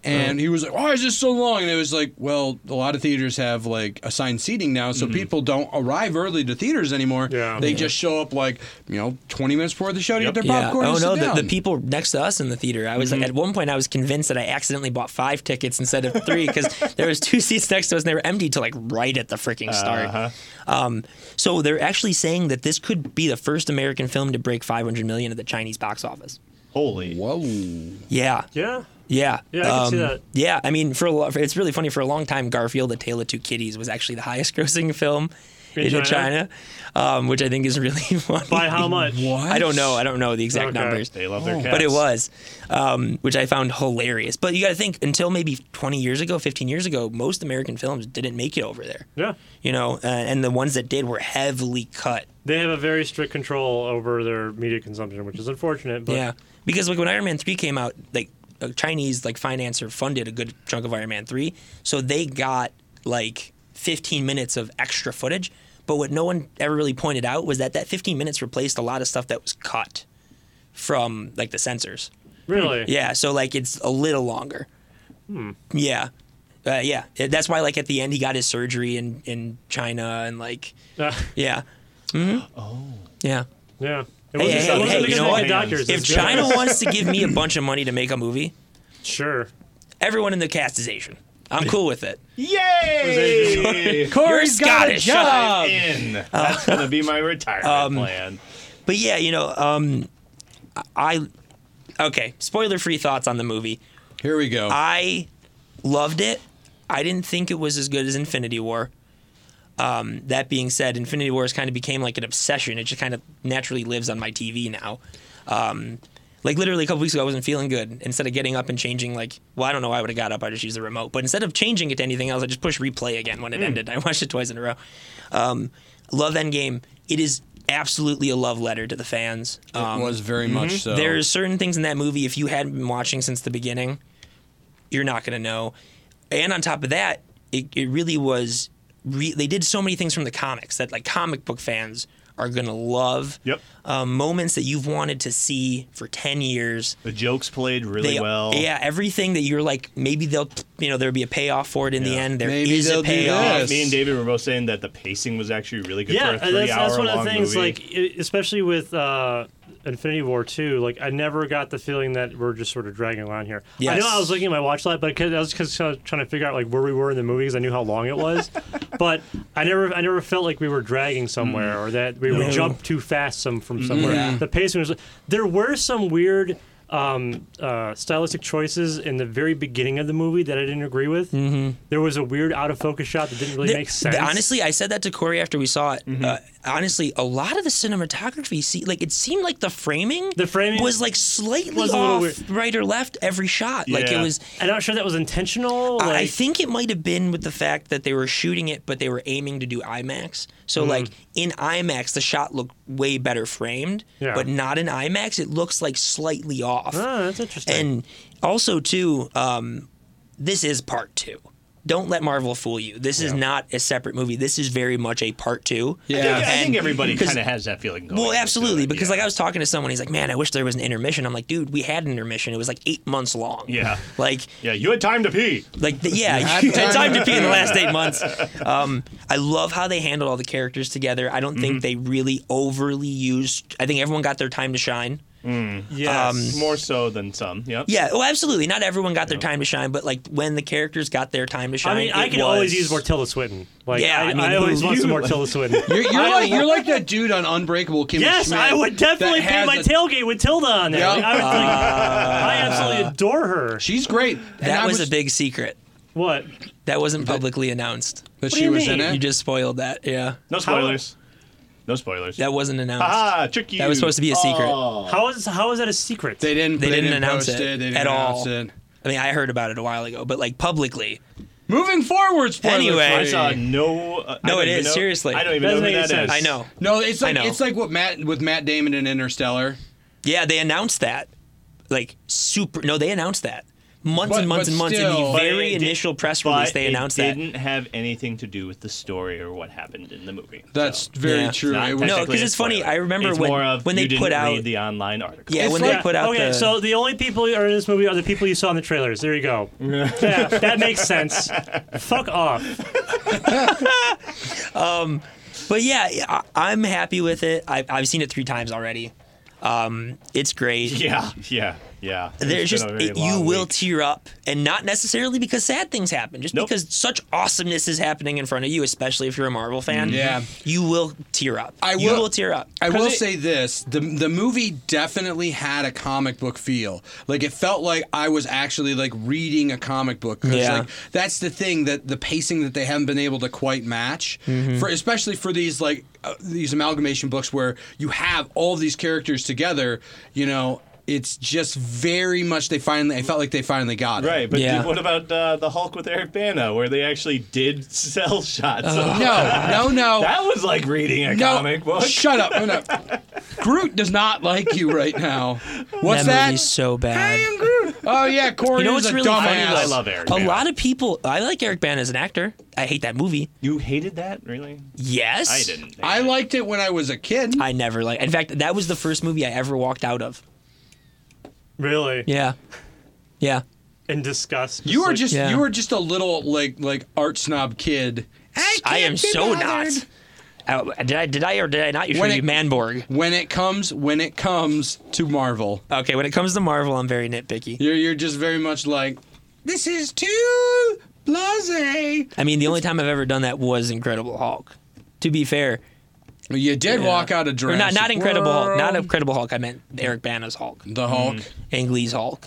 Speaker 1: And he was like, "Why is this so long?" And it was like, "Well, a lot of theaters have like assigned seating now, so people don't arrive early to theaters anymore.
Speaker 4: Yeah.
Speaker 1: They
Speaker 4: Yeah.
Speaker 1: just show up like you know 20 minutes before the show to
Speaker 2: Yep.
Speaker 1: get their
Speaker 3: Yeah.
Speaker 1: popcorn.
Speaker 3: Oh
Speaker 1: and sit
Speaker 3: no,
Speaker 1: down.
Speaker 3: the, the people next to us in the theater. I was
Speaker 4: Mm-hmm.
Speaker 3: like, at one point, I was convinced that I accidentally bought five tickets instead of three because there was two seats next to us and they were empty till like right at the freaking start.
Speaker 4: Uh-huh.
Speaker 3: Um, so they're actually saying that this could be the first American film to break 500 million at the Chinese box office.
Speaker 2: Holy.
Speaker 1: Whoa.
Speaker 3: Yeah,
Speaker 4: Yeah.
Speaker 3: yeah, Um,
Speaker 4: Yeah, I can see that.
Speaker 3: Yeah, I mean, for a lo- it's really funny. For a long time, Garfield: A Tale of Two Kitties was actually the highest-grossing film in,
Speaker 4: In
Speaker 3: China,
Speaker 4: China?
Speaker 3: um, which I think is really funny.
Speaker 4: By how much?
Speaker 1: What?
Speaker 3: I don't know. I don't know the exact
Speaker 4: Okay.
Speaker 3: numbers.
Speaker 2: They love their cats.
Speaker 3: but it was, um, which I found hilarious. But you got to think until maybe 20 years ago, 15 years ago, most American films didn't make it over there.
Speaker 4: Yeah.
Speaker 3: You know, uh, and the ones that did were heavily cut.
Speaker 4: They have a very strict control over their media consumption, which is unfortunate. But
Speaker 3: yeah, because like when Iron Man 3 came out, like a Chinese like financer funded a good chunk of Iron Man 3, so they got like 15 minutes of extra footage. But what no one ever really pointed out was that that 15 minutes replaced a lot of stuff that was cut from like the censors.
Speaker 4: really,
Speaker 3: Yeah, so like it's a little longer. Hmm. Yeah. Uh, yeah, It- that's why like at the end he got his surgery in in China and like
Speaker 4: yeah,
Speaker 3: yeah. Oh. Yeah.
Speaker 4: yeah. It
Speaker 3: Hey, hey,
Speaker 4: wasn't- it wasn't
Speaker 3: hey,
Speaker 4: because
Speaker 3: you know
Speaker 4: they
Speaker 3: what?
Speaker 4: had Doctors,
Speaker 3: If
Speaker 4: it's good.
Speaker 3: China wants to give me a bunch of money to make a movie,
Speaker 4: sure,
Speaker 3: everyone in the cast is Asian. I'm cool with it.
Speaker 2: Yay!
Speaker 1: Corey's got a
Speaker 3: Scottish, shut
Speaker 1: job.
Speaker 3: up.
Speaker 2: In.
Speaker 3: Uh,
Speaker 2: That's gonna be my retirement
Speaker 3: um,
Speaker 2: plan.
Speaker 3: But yeah, you know, um, I okay. Spoiler-free thoughts on the movie.
Speaker 1: Here we go.
Speaker 3: I loved it. I didn't think it was as good as Infinity War. Um, that being said, Infinity War has kind of became like an obsession. It just kind of naturally lives on my TV now. Um, like literally a couple weeks ago, I wasn't feeling good. Instead of getting up and changing, like, well, I don't know, I would have got up. I just used the remote. But instead of changing it to anything else, I just pushed replay again when it ended. I watched it twice in a row. Um, love Endgame. It is absolutely a love letter to the fans. Um,
Speaker 1: it was very much so.
Speaker 3: there's certain things in that movie if you hadn't been watching since the beginning, you're not going to know. And on top of that, it, it really was. Re- they did so many things from the comics that like comic book fans are going to love.
Speaker 2: Yep.
Speaker 3: Um, moments that you've wanted to see for ten years.
Speaker 2: The jokes played really
Speaker 3: They-
Speaker 2: well.
Speaker 3: Yeah, everything that you're like, maybe they'll, you know, there'll be a payoff for it in the
Speaker 2: Yeah.
Speaker 3: end. There is
Speaker 1: Maybe they'll
Speaker 3: a
Speaker 1: do
Speaker 3: payoff.
Speaker 1: this.
Speaker 2: Uh, Me and David were both saying that the pacing was actually really good
Speaker 4: yeah, uh,
Speaker 2: for a
Speaker 4: that's,
Speaker 2: three hour
Speaker 4: that's one of
Speaker 2: long
Speaker 4: the things.
Speaker 2: movie.
Speaker 4: Like Like, especially with uh, Infinity War two, like I never got the feeling that we're just sort of dragging along here. I
Speaker 3: Yes.
Speaker 4: know I was looking at my watch light, but 'cause I was just kinda trying to figure out like where we were in the movie because I knew how long it was. but I never, I never felt like we were dragging somewhere or that we would jump too fast some from somewhere.
Speaker 1: Yeah.
Speaker 4: The pacing was. There were some weird. Um, uh, stylistic choices in the very beginning of the movie that I didn't agree with. Mm-hmm. There was a weird out of focus shot that didn't really
Speaker 3: The-
Speaker 4: make sense. Mm-hmm.
Speaker 3: the- honestly, I said that to Corey after we saw it. Uh, honestly, a lot of the cinematography, see, like it seemed like the framing,
Speaker 4: The framing
Speaker 3: was like slightly
Speaker 4: was a little
Speaker 3: off,
Speaker 4: weird.
Speaker 3: right or left every shot. Like it
Speaker 2: Yeah.
Speaker 3: was.
Speaker 4: I'm not sure that was intentional.
Speaker 3: I-
Speaker 4: Like,
Speaker 3: I think it might have been with the fact that they were shooting it, but they were aiming to do IMAX. So,
Speaker 4: Mm-hmm.
Speaker 3: like in IMAX, the shot looked way better framed,
Speaker 4: Yeah.
Speaker 3: but not in IMAX. It looks like slightly off.
Speaker 4: Oh, that's interesting.
Speaker 3: And also, too, um, this is part two. Don't let Marvel fool you. This is not a separate movie. This is very much a part two.
Speaker 1: Yeah.
Speaker 2: I think, I
Speaker 3: And-
Speaker 2: think everybody
Speaker 3: because-
Speaker 2: kind of has that feeling. Going
Speaker 3: Well,
Speaker 2: into
Speaker 3: absolutely.
Speaker 2: it,
Speaker 3: Because,
Speaker 2: yeah.
Speaker 3: like, I was talking to someone, he's like, man, I wish there was an intermission. I'm like, dude, we had an intermission. It was like eight months long.
Speaker 2: Yeah.
Speaker 3: Like,
Speaker 2: yeah, you had time to pee.
Speaker 3: like the, yeah,
Speaker 1: had
Speaker 3: you had
Speaker 1: time
Speaker 3: time to pee in the last eight months. Um, I love how they handled all the characters together. I don't think they really overly used. I think everyone got their time to shine. um,
Speaker 4: yes.
Speaker 2: More so than some. Yep.
Speaker 3: Yeah, oh, absolutely. Not everyone got their time to shine, but like when the characters got their time to shine,
Speaker 4: I mean, I
Speaker 3: it
Speaker 4: can always
Speaker 3: was-
Speaker 4: use more Tilda Swinton. Like,
Speaker 3: Yeah,
Speaker 4: I,
Speaker 3: I mean,
Speaker 4: I always
Speaker 3: who-
Speaker 4: want some
Speaker 3: you-
Speaker 4: more Tilda Swinton.
Speaker 1: You're, you're like you're like that dude on Unbreakable Kimmy
Speaker 4: yes,
Speaker 1: Schmidt
Speaker 4: I would definitely
Speaker 1: that
Speaker 4: pay
Speaker 1: has
Speaker 4: my
Speaker 1: a-
Speaker 4: tailgate with Tilda on there.
Speaker 1: Yeah.
Speaker 4: Like, I, would, like, I
Speaker 3: Uh,
Speaker 4: absolutely adore her.
Speaker 1: She's great. And
Speaker 3: That
Speaker 1: I
Speaker 3: was a big secret.
Speaker 4: What?
Speaker 3: That wasn't publicly announced.
Speaker 1: that
Speaker 4: do
Speaker 1: she
Speaker 4: you
Speaker 1: was in
Speaker 4: mean?
Speaker 1: it.
Speaker 3: You just spoiled that. Yeah,
Speaker 2: No spoilers. No spoilers.
Speaker 3: that wasn't announced.
Speaker 2: ah, trick you.
Speaker 3: That was supposed to be a secret.
Speaker 4: How is how is that a secret?
Speaker 1: they didn't.
Speaker 3: They didn't announce
Speaker 1: post
Speaker 3: it
Speaker 1: They didn't
Speaker 3: at
Speaker 1: announce
Speaker 3: all.
Speaker 1: It.
Speaker 3: I mean, I heard about it a while ago, but like publicly,
Speaker 1: Moving forward, spoiler
Speaker 3: Anyway.
Speaker 1: free.
Speaker 2: I saw no. Uh, I
Speaker 3: No,
Speaker 2: don't
Speaker 3: it
Speaker 2: even
Speaker 3: is,
Speaker 2: know-
Speaker 3: seriously.
Speaker 2: I don't even
Speaker 4: Doesn't
Speaker 2: know who
Speaker 4: make
Speaker 2: that
Speaker 4: sense.
Speaker 2: is.
Speaker 3: I know.
Speaker 1: No, it's
Speaker 3: I
Speaker 1: like
Speaker 3: know.
Speaker 1: it's like what Matt with Matt Damon in Interstellar.
Speaker 3: Yeah, they announced that. Like super. No, they announced that months
Speaker 1: But-
Speaker 3: and months
Speaker 1: but
Speaker 3: and months
Speaker 1: still-
Speaker 3: in the
Speaker 1: But
Speaker 3: very
Speaker 2: it did-
Speaker 3: initial press
Speaker 2: But
Speaker 3: release. They announced
Speaker 2: it
Speaker 3: that.
Speaker 2: didn't have anything to do with the story or what happened in the movie.
Speaker 1: That's
Speaker 2: So,
Speaker 1: very
Speaker 3: Yeah.
Speaker 1: true.
Speaker 2: not
Speaker 1: It was-
Speaker 3: No,
Speaker 2: technically
Speaker 3: 'cause
Speaker 2: a
Speaker 3: it's funny,
Speaker 2: spoiler.
Speaker 3: I remember
Speaker 2: It's
Speaker 3: when-
Speaker 2: more of
Speaker 3: when they
Speaker 2: you didn't
Speaker 3: put out-
Speaker 2: read the online article.
Speaker 3: Yeah,
Speaker 1: It's
Speaker 3: when
Speaker 1: like-
Speaker 3: they put out
Speaker 4: okay,
Speaker 3: the.
Speaker 4: so the only people who are in this movie are the people you saw in the trailers. There you go. yeah, that makes sense. Fuck off.
Speaker 3: But yeah, I, I'm happy with it. I, I've seen it three times already. Um, it's great.
Speaker 2: yeah, yeah, yeah. It's been
Speaker 3: There's just
Speaker 2: a very
Speaker 3: it, you
Speaker 2: long
Speaker 3: will
Speaker 2: week.
Speaker 3: tear up, and not necessarily because sad things happen, just
Speaker 2: Nope.
Speaker 3: because such awesomeness is happening in front of you, especially if you're a Marvel fan.
Speaker 1: Yeah.
Speaker 3: you will tear up.
Speaker 1: I
Speaker 3: You
Speaker 1: will-
Speaker 3: will tear up.
Speaker 1: I
Speaker 3: 'Cause
Speaker 1: will
Speaker 3: it-
Speaker 1: say this: the the movie definitely had a comic book feel. Like it felt like I was actually like reading a comic book. 'Cause,
Speaker 3: Yeah.
Speaker 1: like, that's the thing that the pacing that they haven't been able to quite match,
Speaker 3: Mm-hmm.
Speaker 1: for especially for these like uh, these amalgamation books where you have all these characters together. You know, it's just very much they finally. I felt like they finally got it.
Speaker 2: Right, but
Speaker 3: Yeah.
Speaker 2: did- what about uh, the Hulk with Eric Bana, where they actually did sell shots? of
Speaker 1: Uh, No, no, no.
Speaker 2: That was like reading a
Speaker 1: no,
Speaker 2: comic book.
Speaker 1: shut up. No, no. Groot does not like you right now. What's
Speaker 3: that
Speaker 1: that?
Speaker 3: movie's so bad.
Speaker 1: Oh yeah, Corey
Speaker 3: You know
Speaker 1: is
Speaker 3: what's
Speaker 1: a
Speaker 3: really funny?
Speaker 1: dumbass.
Speaker 3: though?
Speaker 2: I love Eric
Speaker 3: A
Speaker 2: Bana.
Speaker 3: lot of people. I like Eric Bana as an actor. I hate that movie.
Speaker 2: you hated that, really?
Speaker 3: Yes,
Speaker 2: I didn't.
Speaker 1: I liked it when I was a kid.
Speaker 3: I never like. In fact, that was the first movie I ever walked out of.
Speaker 4: Really?
Speaker 3: Yeah, yeah.
Speaker 4: In disgust.
Speaker 1: you were
Speaker 4: like-
Speaker 1: just
Speaker 3: Yeah.
Speaker 1: you were just a little like like art snob kid. I,
Speaker 3: I am
Speaker 1: can't be
Speaker 3: so
Speaker 1: bothered.
Speaker 3: not. Uh, did I? Did I or did I not? You
Speaker 1: When
Speaker 3: should be
Speaker 1: it-
Speaker 3: Manborg.
Speaker 1: When it comes when it comes to Marvel,
Speaker 3: Okay, when it comes to Marvel, I'm very nitpicky.
Speaker 1: you're you're just very much like this is too Blase.
Speaker 3: I mean, the only time I've ever done that was Incredible Hulk. To be fair,
Speaker 1: You did walk out of
Speaker 3: or
Speaker 1: Jurassic
Speaker 3: not not Incredible Hulk,
Speaker 1: World.
Speaker 3: not Mm. Incredible Hulk. I meant Eric Bana's Hulk,
Speaker 1: the Hulk.
Speaker 3: Ang Lee's Hulk.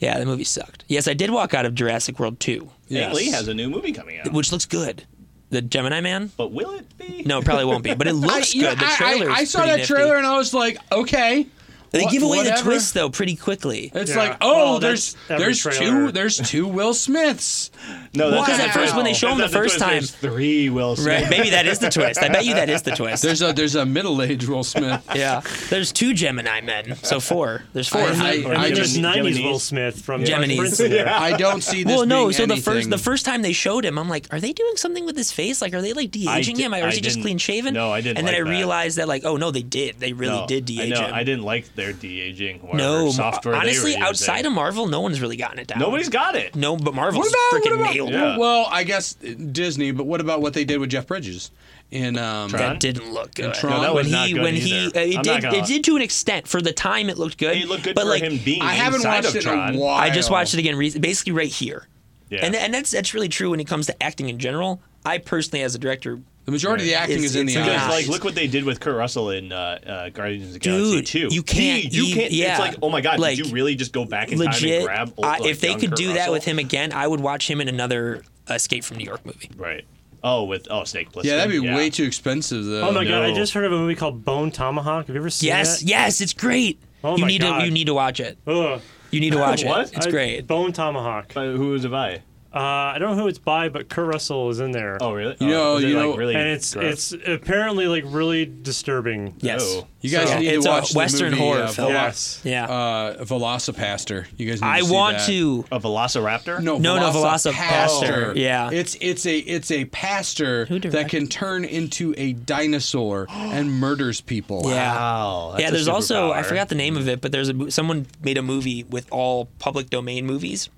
Speaker 3: Yeah, the movie sucked. Yes, I did walk out of Jurassic World 2,
Speaker 1: Yes.
Speaker 2: Ang Lee has a new movie coming out.
Speaker 3: which looks good. The Gemini Man?
Speaker 2: But will it be?
Speaker 3: No, it probably won't be, but it
Speaker 1: I,
Speaker 3: looks
Speaker 1: you know,
Speaker 3: good. The
Speaker 1: I-
Speaker 3: trailer.
Speaker 1: I, I saw that trailer and I was like, okay.
Speaker 3: They
Speaker 1: wha-
Speaker 3: give away the
Speaker 1: whatever.
Speaker 3: twist though pretty quickly.
Speaker 1: It's
Speaker 4: Yeah.
Speaker 1: like, oh,
Speaker 4: Well,
Speaker 1: there's
Speaker 4: that's every
Speaker 1: there's
Speaker 4: trailer.
Speaker 1: two there's two Will Smiths.
Speaker 2: no. That's
Speaker 1: Because
Speaker 2: not
Speaker 1: at first
Speaker 2: the twist.
Speaker 1: when they
Speaker 3: show him
Speaker 2: That's
Speaker 3: the
Speaker 2: not
Speaker 3: first
Speaker 2: twist.
Speaker 3: time-
Speaker 2: There's three Will Smith.
Speaker 3: Right? Maybe that is the twist. I bet you that is the twist.
Speaker 1: There's a there's a middle aged Will Smith.
Speaker 3: yeah. There's two Gemini men, so four. There's four. of them.
Speaker 1: I,
Speaker 4: I
Speaker 1: I, I
Speaker 4: mean,
Speaker 1: just
Speaker 4: there's
Speaker 2: Gemini-
Speaker 4: 90s
Speaker 2: Geminis.
Speaker 4: Will Smith from
Speaker 3: Geminis.
Speaker 4: Yeah.
Speaker 1: I don't see this.
Speaker 3: well, no.
Speaker 1: being
Speaker 3: So the first
Speaker 1: anything.
Speaker 3: the first time they showed him, I'm like, are they doing something with his face? Like, are they like de-aging
Speaker 2: di-
Speaker 3: him, or
Speaker 2: I
Speaker 3: is he just
Speaker 2: didn't-
Speaker 3: clean shaven?
Speaker 2: no, I didn't
Speaker 3: And then
Speaker 2: like
Speaker 3: I
Speaker 2: that.
Speaker 3: realized that like, oh no, they did. They really
Speaker 2: No,
Speaker 3: did de-age
Speaker 2: I know.
Speaker 3: him.
Speaker 2: I didn't like their de aging.
Speaker 3: no,
Speaker 2: software.
Speaker 3: honestly,
Speaker 2: they were
Speaker 3: outside
Speaker 2: using.
Speaker 3: of Marvel, no one's really gotten it down.
Speaker 2: nobody's got it.
Speaker 3: No, but Marvel's
Speaker 1: What about, what
Speaker 3: freaking
Speaker 1: about-
Speaker 3: nailed. it.
Speaker 2: Yeah.
Speaker 1: Well, I guess Disney, but what about what they did with Jeff Bridges in um,
Speaker 2: Try
Speaker 3: That didn't look good.
Speaker 1: Tron? No, that
Speaker 3: when
Speaker 2: was not
Speaker 3: he
Speaker 2: good
Speaker 3: when
Speaker 2: either.
Speaker 3: he uh,
Speaker 2: I'm
Speaker 3: it
Speaker 2: not
Speaker 3: did
Speaker 2: gonna
Speaker 3: it
Speaker 2: lie.
Speaker 3: did to an extent for the time it looked good.
Speaker 2: It looked good
Speaker 3: but
Speaker 2: for
Speaker 3: like
Speaker 2: him being
Speaker 1: I haven't
Speaker 2: inside
Speaker 1: watched
Speaker 2: of
Speaker 1: it
Speaker 2: Tron.
Speaker 1: in a while.
Speaker 3: I just watched it again, re- basically right here.
Speaker 2: Yeah.
Speaker 3: And and that's that's really true when it comes to acting in general. I personally, as a director,
Speaker 1: The majority of the acting
Speaker 3: It's-
Speaker 1: is in
Speaker 3: it's
Speaker 1: the
Speaker 3: not-
Speaker 2: Because
Speaker 1: eyes.
Speaker 2: like, look what they did with Kurt Russell in uh, uh, Guardians of the Galaxy
Speaker 3: Dude,
Speaker 2: 2.
Speaker 3: you can't
Speaker 2: He, you
Speaker 3: ev-
Speaker 2: can't.
Speaker 3: yeah.
Speaker 2: It's like, oh my god,
Speaker 3: Like,
Speaker 2: did you really just go back in time
Speaker 3: legit,
Speaker 2: and grab? Old,
Speaker 3: I-
Speaker 2: like,
Speaker 3: if they
Speaker 2: young
Speaker 3: could
Speaker 2: Kurt
Speaker 3: do that
Speaker 2: Russell?
Speaker 3: with him again, I would watch him in another Escape from New York movie.
Speaker 2: right? Oh, with oh Snake Plissken.
Speaker 1: yeah, that'd be way too expensive though.
Speaker 4: Oh my god! I
Speaker 2: No.
Speaker 4: just heard of a movie called Bone Tomahawk. Have you ever seen
Speaker 3: Yes,
Speaker 4: that?
Speaker 3: yes, it's great.
Speaker 4: Oh
Speaker 3: you
Speaker 4: my
Speaker 3: need
Speaker 4: God.
Speaker 3: to you need to watch it.
Speaker 4: Ugh.
Speaker 3: You need to watch
Speaker 2: What?
Speaker 3: it. It's
Speaker 4: I-
Speaker 3: great.
Speaker 4: Bone Tomahawk. Uh,
Speaker 2: But who was it by?
Speaker 4: I don't know who it's by, but Kurt Russell is in there.
Speaker 2: Oh really?
Speaker 1: You know-
Speaker 2: oh, was it,
Speaker 1: you
Speaker 2: like,
Speaker 1: know-
Speaker 2: really
Speaker 4: and it's
Speaker 2: gross?
Speaker 4: it's apparently like really disturbing.
Speaker 3: Yes.
Speaker 2: Oh.
Speaker 1: you guys
Speaker 3: so-
Speaker 1: need to
Speaker 3: It's a
Speaker 1: watch the
Speaker 3: Western
Speaker 1: movie,
Speaker 3: horror
Speaker 1: uh,
Speaker 3: film.
Speaker 1: Velo-
Speaker 4: Yes.
Speaker 3: Yeah.
Speaker 1: uh, Velocipaster. You guys. Need
Speaker 3: I
Speaker 1: to see
Speaker 3: want
Speaker 1: that.
Speaker 3: to.
Speaker 2: a Velociraptor.
Speaker 1: No,
Speaker 3: No, no,
Speaker 1: Velocipaster.
Speaker 3: Velocipaster, yeah.
Speaker 1: it's it's a it's a pastor
Speaker 3: Who
Speaker 1: that
Speaker 3: directed-
Speaker 1: can turn into a dinosaur and murders people.
Speaker 3: Yeah.
Speaker 2: Wow. that's
Speaker 3: yeah,
Speaker 2: a
Speaker 3: there's also I
Speaker 2: superpower.
Speaker 3: forgot the name of it, but there's a mo- someone made a movie with all public domain movies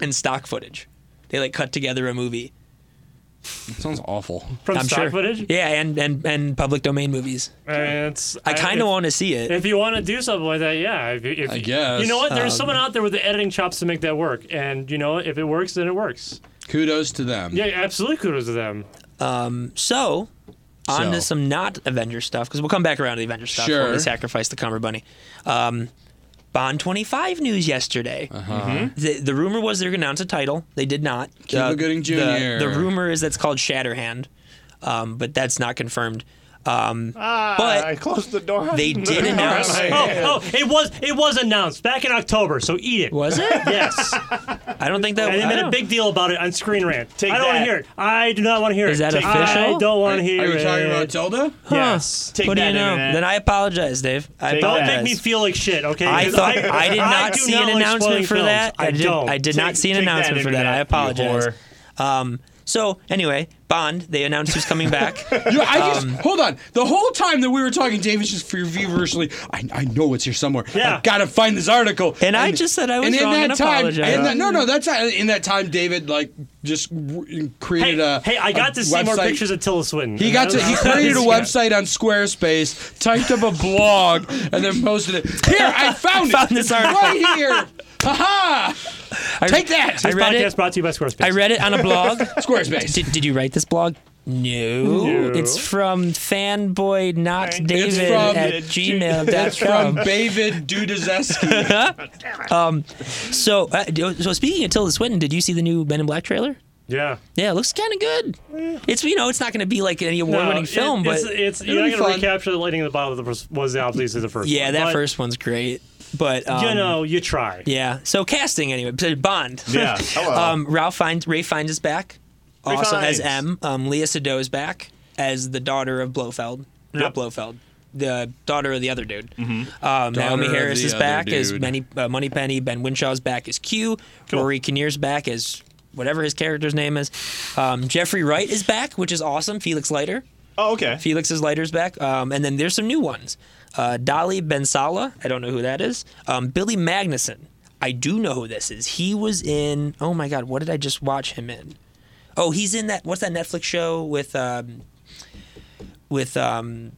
Speaker 3: and stock footage. They like cut together a movie.
Speaker 1: sounds awful.
Speaker 4: From
Speaker 3: I'm
Speaker 4: stock
Speaker 3: sure.
Speaker 4: footage.
Speaker 3: Yeah, and and and public domain movies.
Speaker 4: I mean, it's,
Speaker 3: I kind
Speaker 4: if-
Speaker 3: of want to see it.
Speaker 4: If you want to do something like that, yeah. If, you- if,
Speaker 1: I guess.
Speaker 4: You know what?
Speaker 2: um,
Speaker 4: There's someone out there with the editing chops to make that work, and you know what? if it works, then it works.
Speaker 1: Kudos to them.
Speaker 4: Yeah, absolutely. Kudos to them.
Speaker 3: So, on
Speaker 1: So.
Speaker 3: to some not Avenger stuff because we'll come back around to the Avenger stuff before
Speaker 1: Sure.
Speaker 3: we sacrifice the Cumber Bunny. Um, Bond 25 news yesterday.
Speaker 1: Uh-huh.
Speaker 3: Mm-hmm. The, the rumor was they're going to announce a title. They did not. Uh,
Speaker 1: Cuba Gooding
Speaker 3: The, the
Speaker 1: Jr..
Speaker 3: rumor is that's called Shatterhand, um, but that's not confirmed. Um,
Speaker 2: Ah,
Speaker 3: but
Speaker 2: I closed the door.
Speaker 3: they did announce.
Speaker 4: Oh, oh, it was it was announced back in October, so eat it.
Speaker 3: Was it?
Speaker 4: Yes,
Speaker 3: I don't think that.
Speaker 4: and they
Speaker 3: I
Speaker 4: made a
Speaker 3: don't-
Speaker 4: big deal about it on Screen Rant.
Speaker 2: Take
Speaker 4: I don't want to
Speaker 2: that.
Speaker 4: hear it. I do not want to hear
Speaker 3: Is
Speaker 4: it.
Speaker 3: that
Speaker 4: Take-
Speaker 3: official?
Speaker 4: I don't want
Speaker 2: Are-
Speaker 4: to hear
Speaker 1: Are
Speaker 4: it.
Speaker 1: you talking about Zelda?
Speaker 4: Yes.
Speaker 2: Take
Speaker 3: What do
Speaker 2: that,
Speaker 3: you know?
Speaker 2: Internet.
Speaker 3: Then I apologize, Dave. I
Speaker 2: Take that.
Speaker 3: apologize.
Speaker 4: Don't make me feel like shit, okay?
Speaker 3: I
Speaker 4: 'Cause
Speaker 3: thought I did not
Speaker 4: do
Speaker 3: see an
Speaker 4: like
Speaker 3: announcement
Speaker 4: spoiling
Speaker 3: for
Speaker 4: films.
Speaker 3: that. I did.
Speaker 4: don't.
Speaker 3: I did not
Speaker 2: Take-
Speaker 3: see an
Speaker 2: take that,
Speaker 3: announcement for that.
Speaker 2: Internet,
Speaker 3: I
Speaker 2: you
Speaker 3: apologize.
Speaker 2: whore.
Speaker 3: Um, so anyway, Bond. They announced who's coming back.
Speaker 1: You know, I just hold on. The whole time that we were talking, David's just feverishly. I, I know it's here somewhere.
Speaker 4: Yeah.
Speaker 1: I gotta find this article.
Speaker 3: And I just said I was
Speaker 1: and in
Speaker 3: wrong
Speaker 1: that
Speaker 3: and
Speaker 1: time,
Speaker 3: apologize.
Speaker 1: in that- no, no, that's uh, in that time. David like just w-
Speaker 4: Hey,
Speaker 1: created a.
Speaker 4: hey, I got
Speaker 1: a
Speaker 4: to see more
Speaker 1: website.
Speaker 4: pictures of Tilda Swinton.
Speaker 1: He got to. He created a
Speaker 4: Yeah.
Speaker 1: website on Squarespace, typed up a blog, and then posted it. Here, I found it.
Speaker 3: Found this
Speaker 1: It's
Speaker 3: article.
Speaker 1: right here. Ha
Speaker 3: I,
Speaker 1: Take that,
Speaker 3: I
Speaker 4: This
Speaker 3: read
Speaker 4: podcast
Speaker 3: it.
Speaker 4: brought to you by Squarespace.
Speaker 3: I read it on a blog.
Speaker 1: Squarespace.
Speaker 3: did, did you write this blog? No,
Speaker 4: No.
Speaker 3: it's from fanboy not
Speaker 2: It's
Speaker 3: David
Speaker 1: from-
Speaker 3: at
Speaker 2: it's-
Speaker 1: It's from
Speaker 3: gmail.com.
Speaker 1: David Dudazeski.
Speaker 3: So, uh, do- so speaking of Tilda Swinton, did you see the new Men in Black trailer?
Speaker 4: Yeah.
Speaker 3: Yeah, it looks kind of good. It's you know, it's not going to be like any award-winning
Speaker 4: No, it-
Speaker 3: film, but
Speaker 4: it's, it's
Speaker 1: it'll
Speaker 4: you're
Speaker 1: be
Speaker 4: not gonna
Speaker 1: fun.
Speaker 4: recapture the lightning in the bottle. Of the first, was obviously the first.
Speaker 3: Yeah,
Speaker 4: one.
Speaker 3: that
Speaker 4: But,
Speaker 3: first one's great. But um,
Speaker 4: You know, you try.
Speaker 3: yeah. So casting anyway. so Bond.
Speaker 2: Yeah.
Speaker 1: Oh,
Speaker 2: Hello.
Speaker 3: um, Ralph finds Ray finds is back,
Speaker 2: Ray
Speaker 3: also as
Speaker 2: Fiennes.
Speaker 3: M. Um, Leah Sado is back as the daughter of Blofeld, not
Speaker 4: Yep.
Speaker 3: Blofeld, the daughter of the other dude. Um, Naomi
Speaker 1: Mm-hmm. of
Speaker 3: Harris
Speaker 1: the
Speaker 3: is
Speaker 1: other
Speaker 3: back as
Speaker 1: dude.
Speaker 3: Many uh, Money Penny. Ben Winshaw's back as Q. Rory Kinnear's back as whatever his character's name is. Um, Jeffrey Wright is back, which is awesome. Felix Leiter.
Speaker 2: oh, okay.
Speaker 3: Felix's lighter's back. Um, and then there's some new ones. Uh, Dolly Bensala, I don't know who that is. Um, Billy Magnuson, I do know who this is. He was in, oh my God, what did I just watch him in? Oh, he's in that, what's that Netflix show with, um, with, um,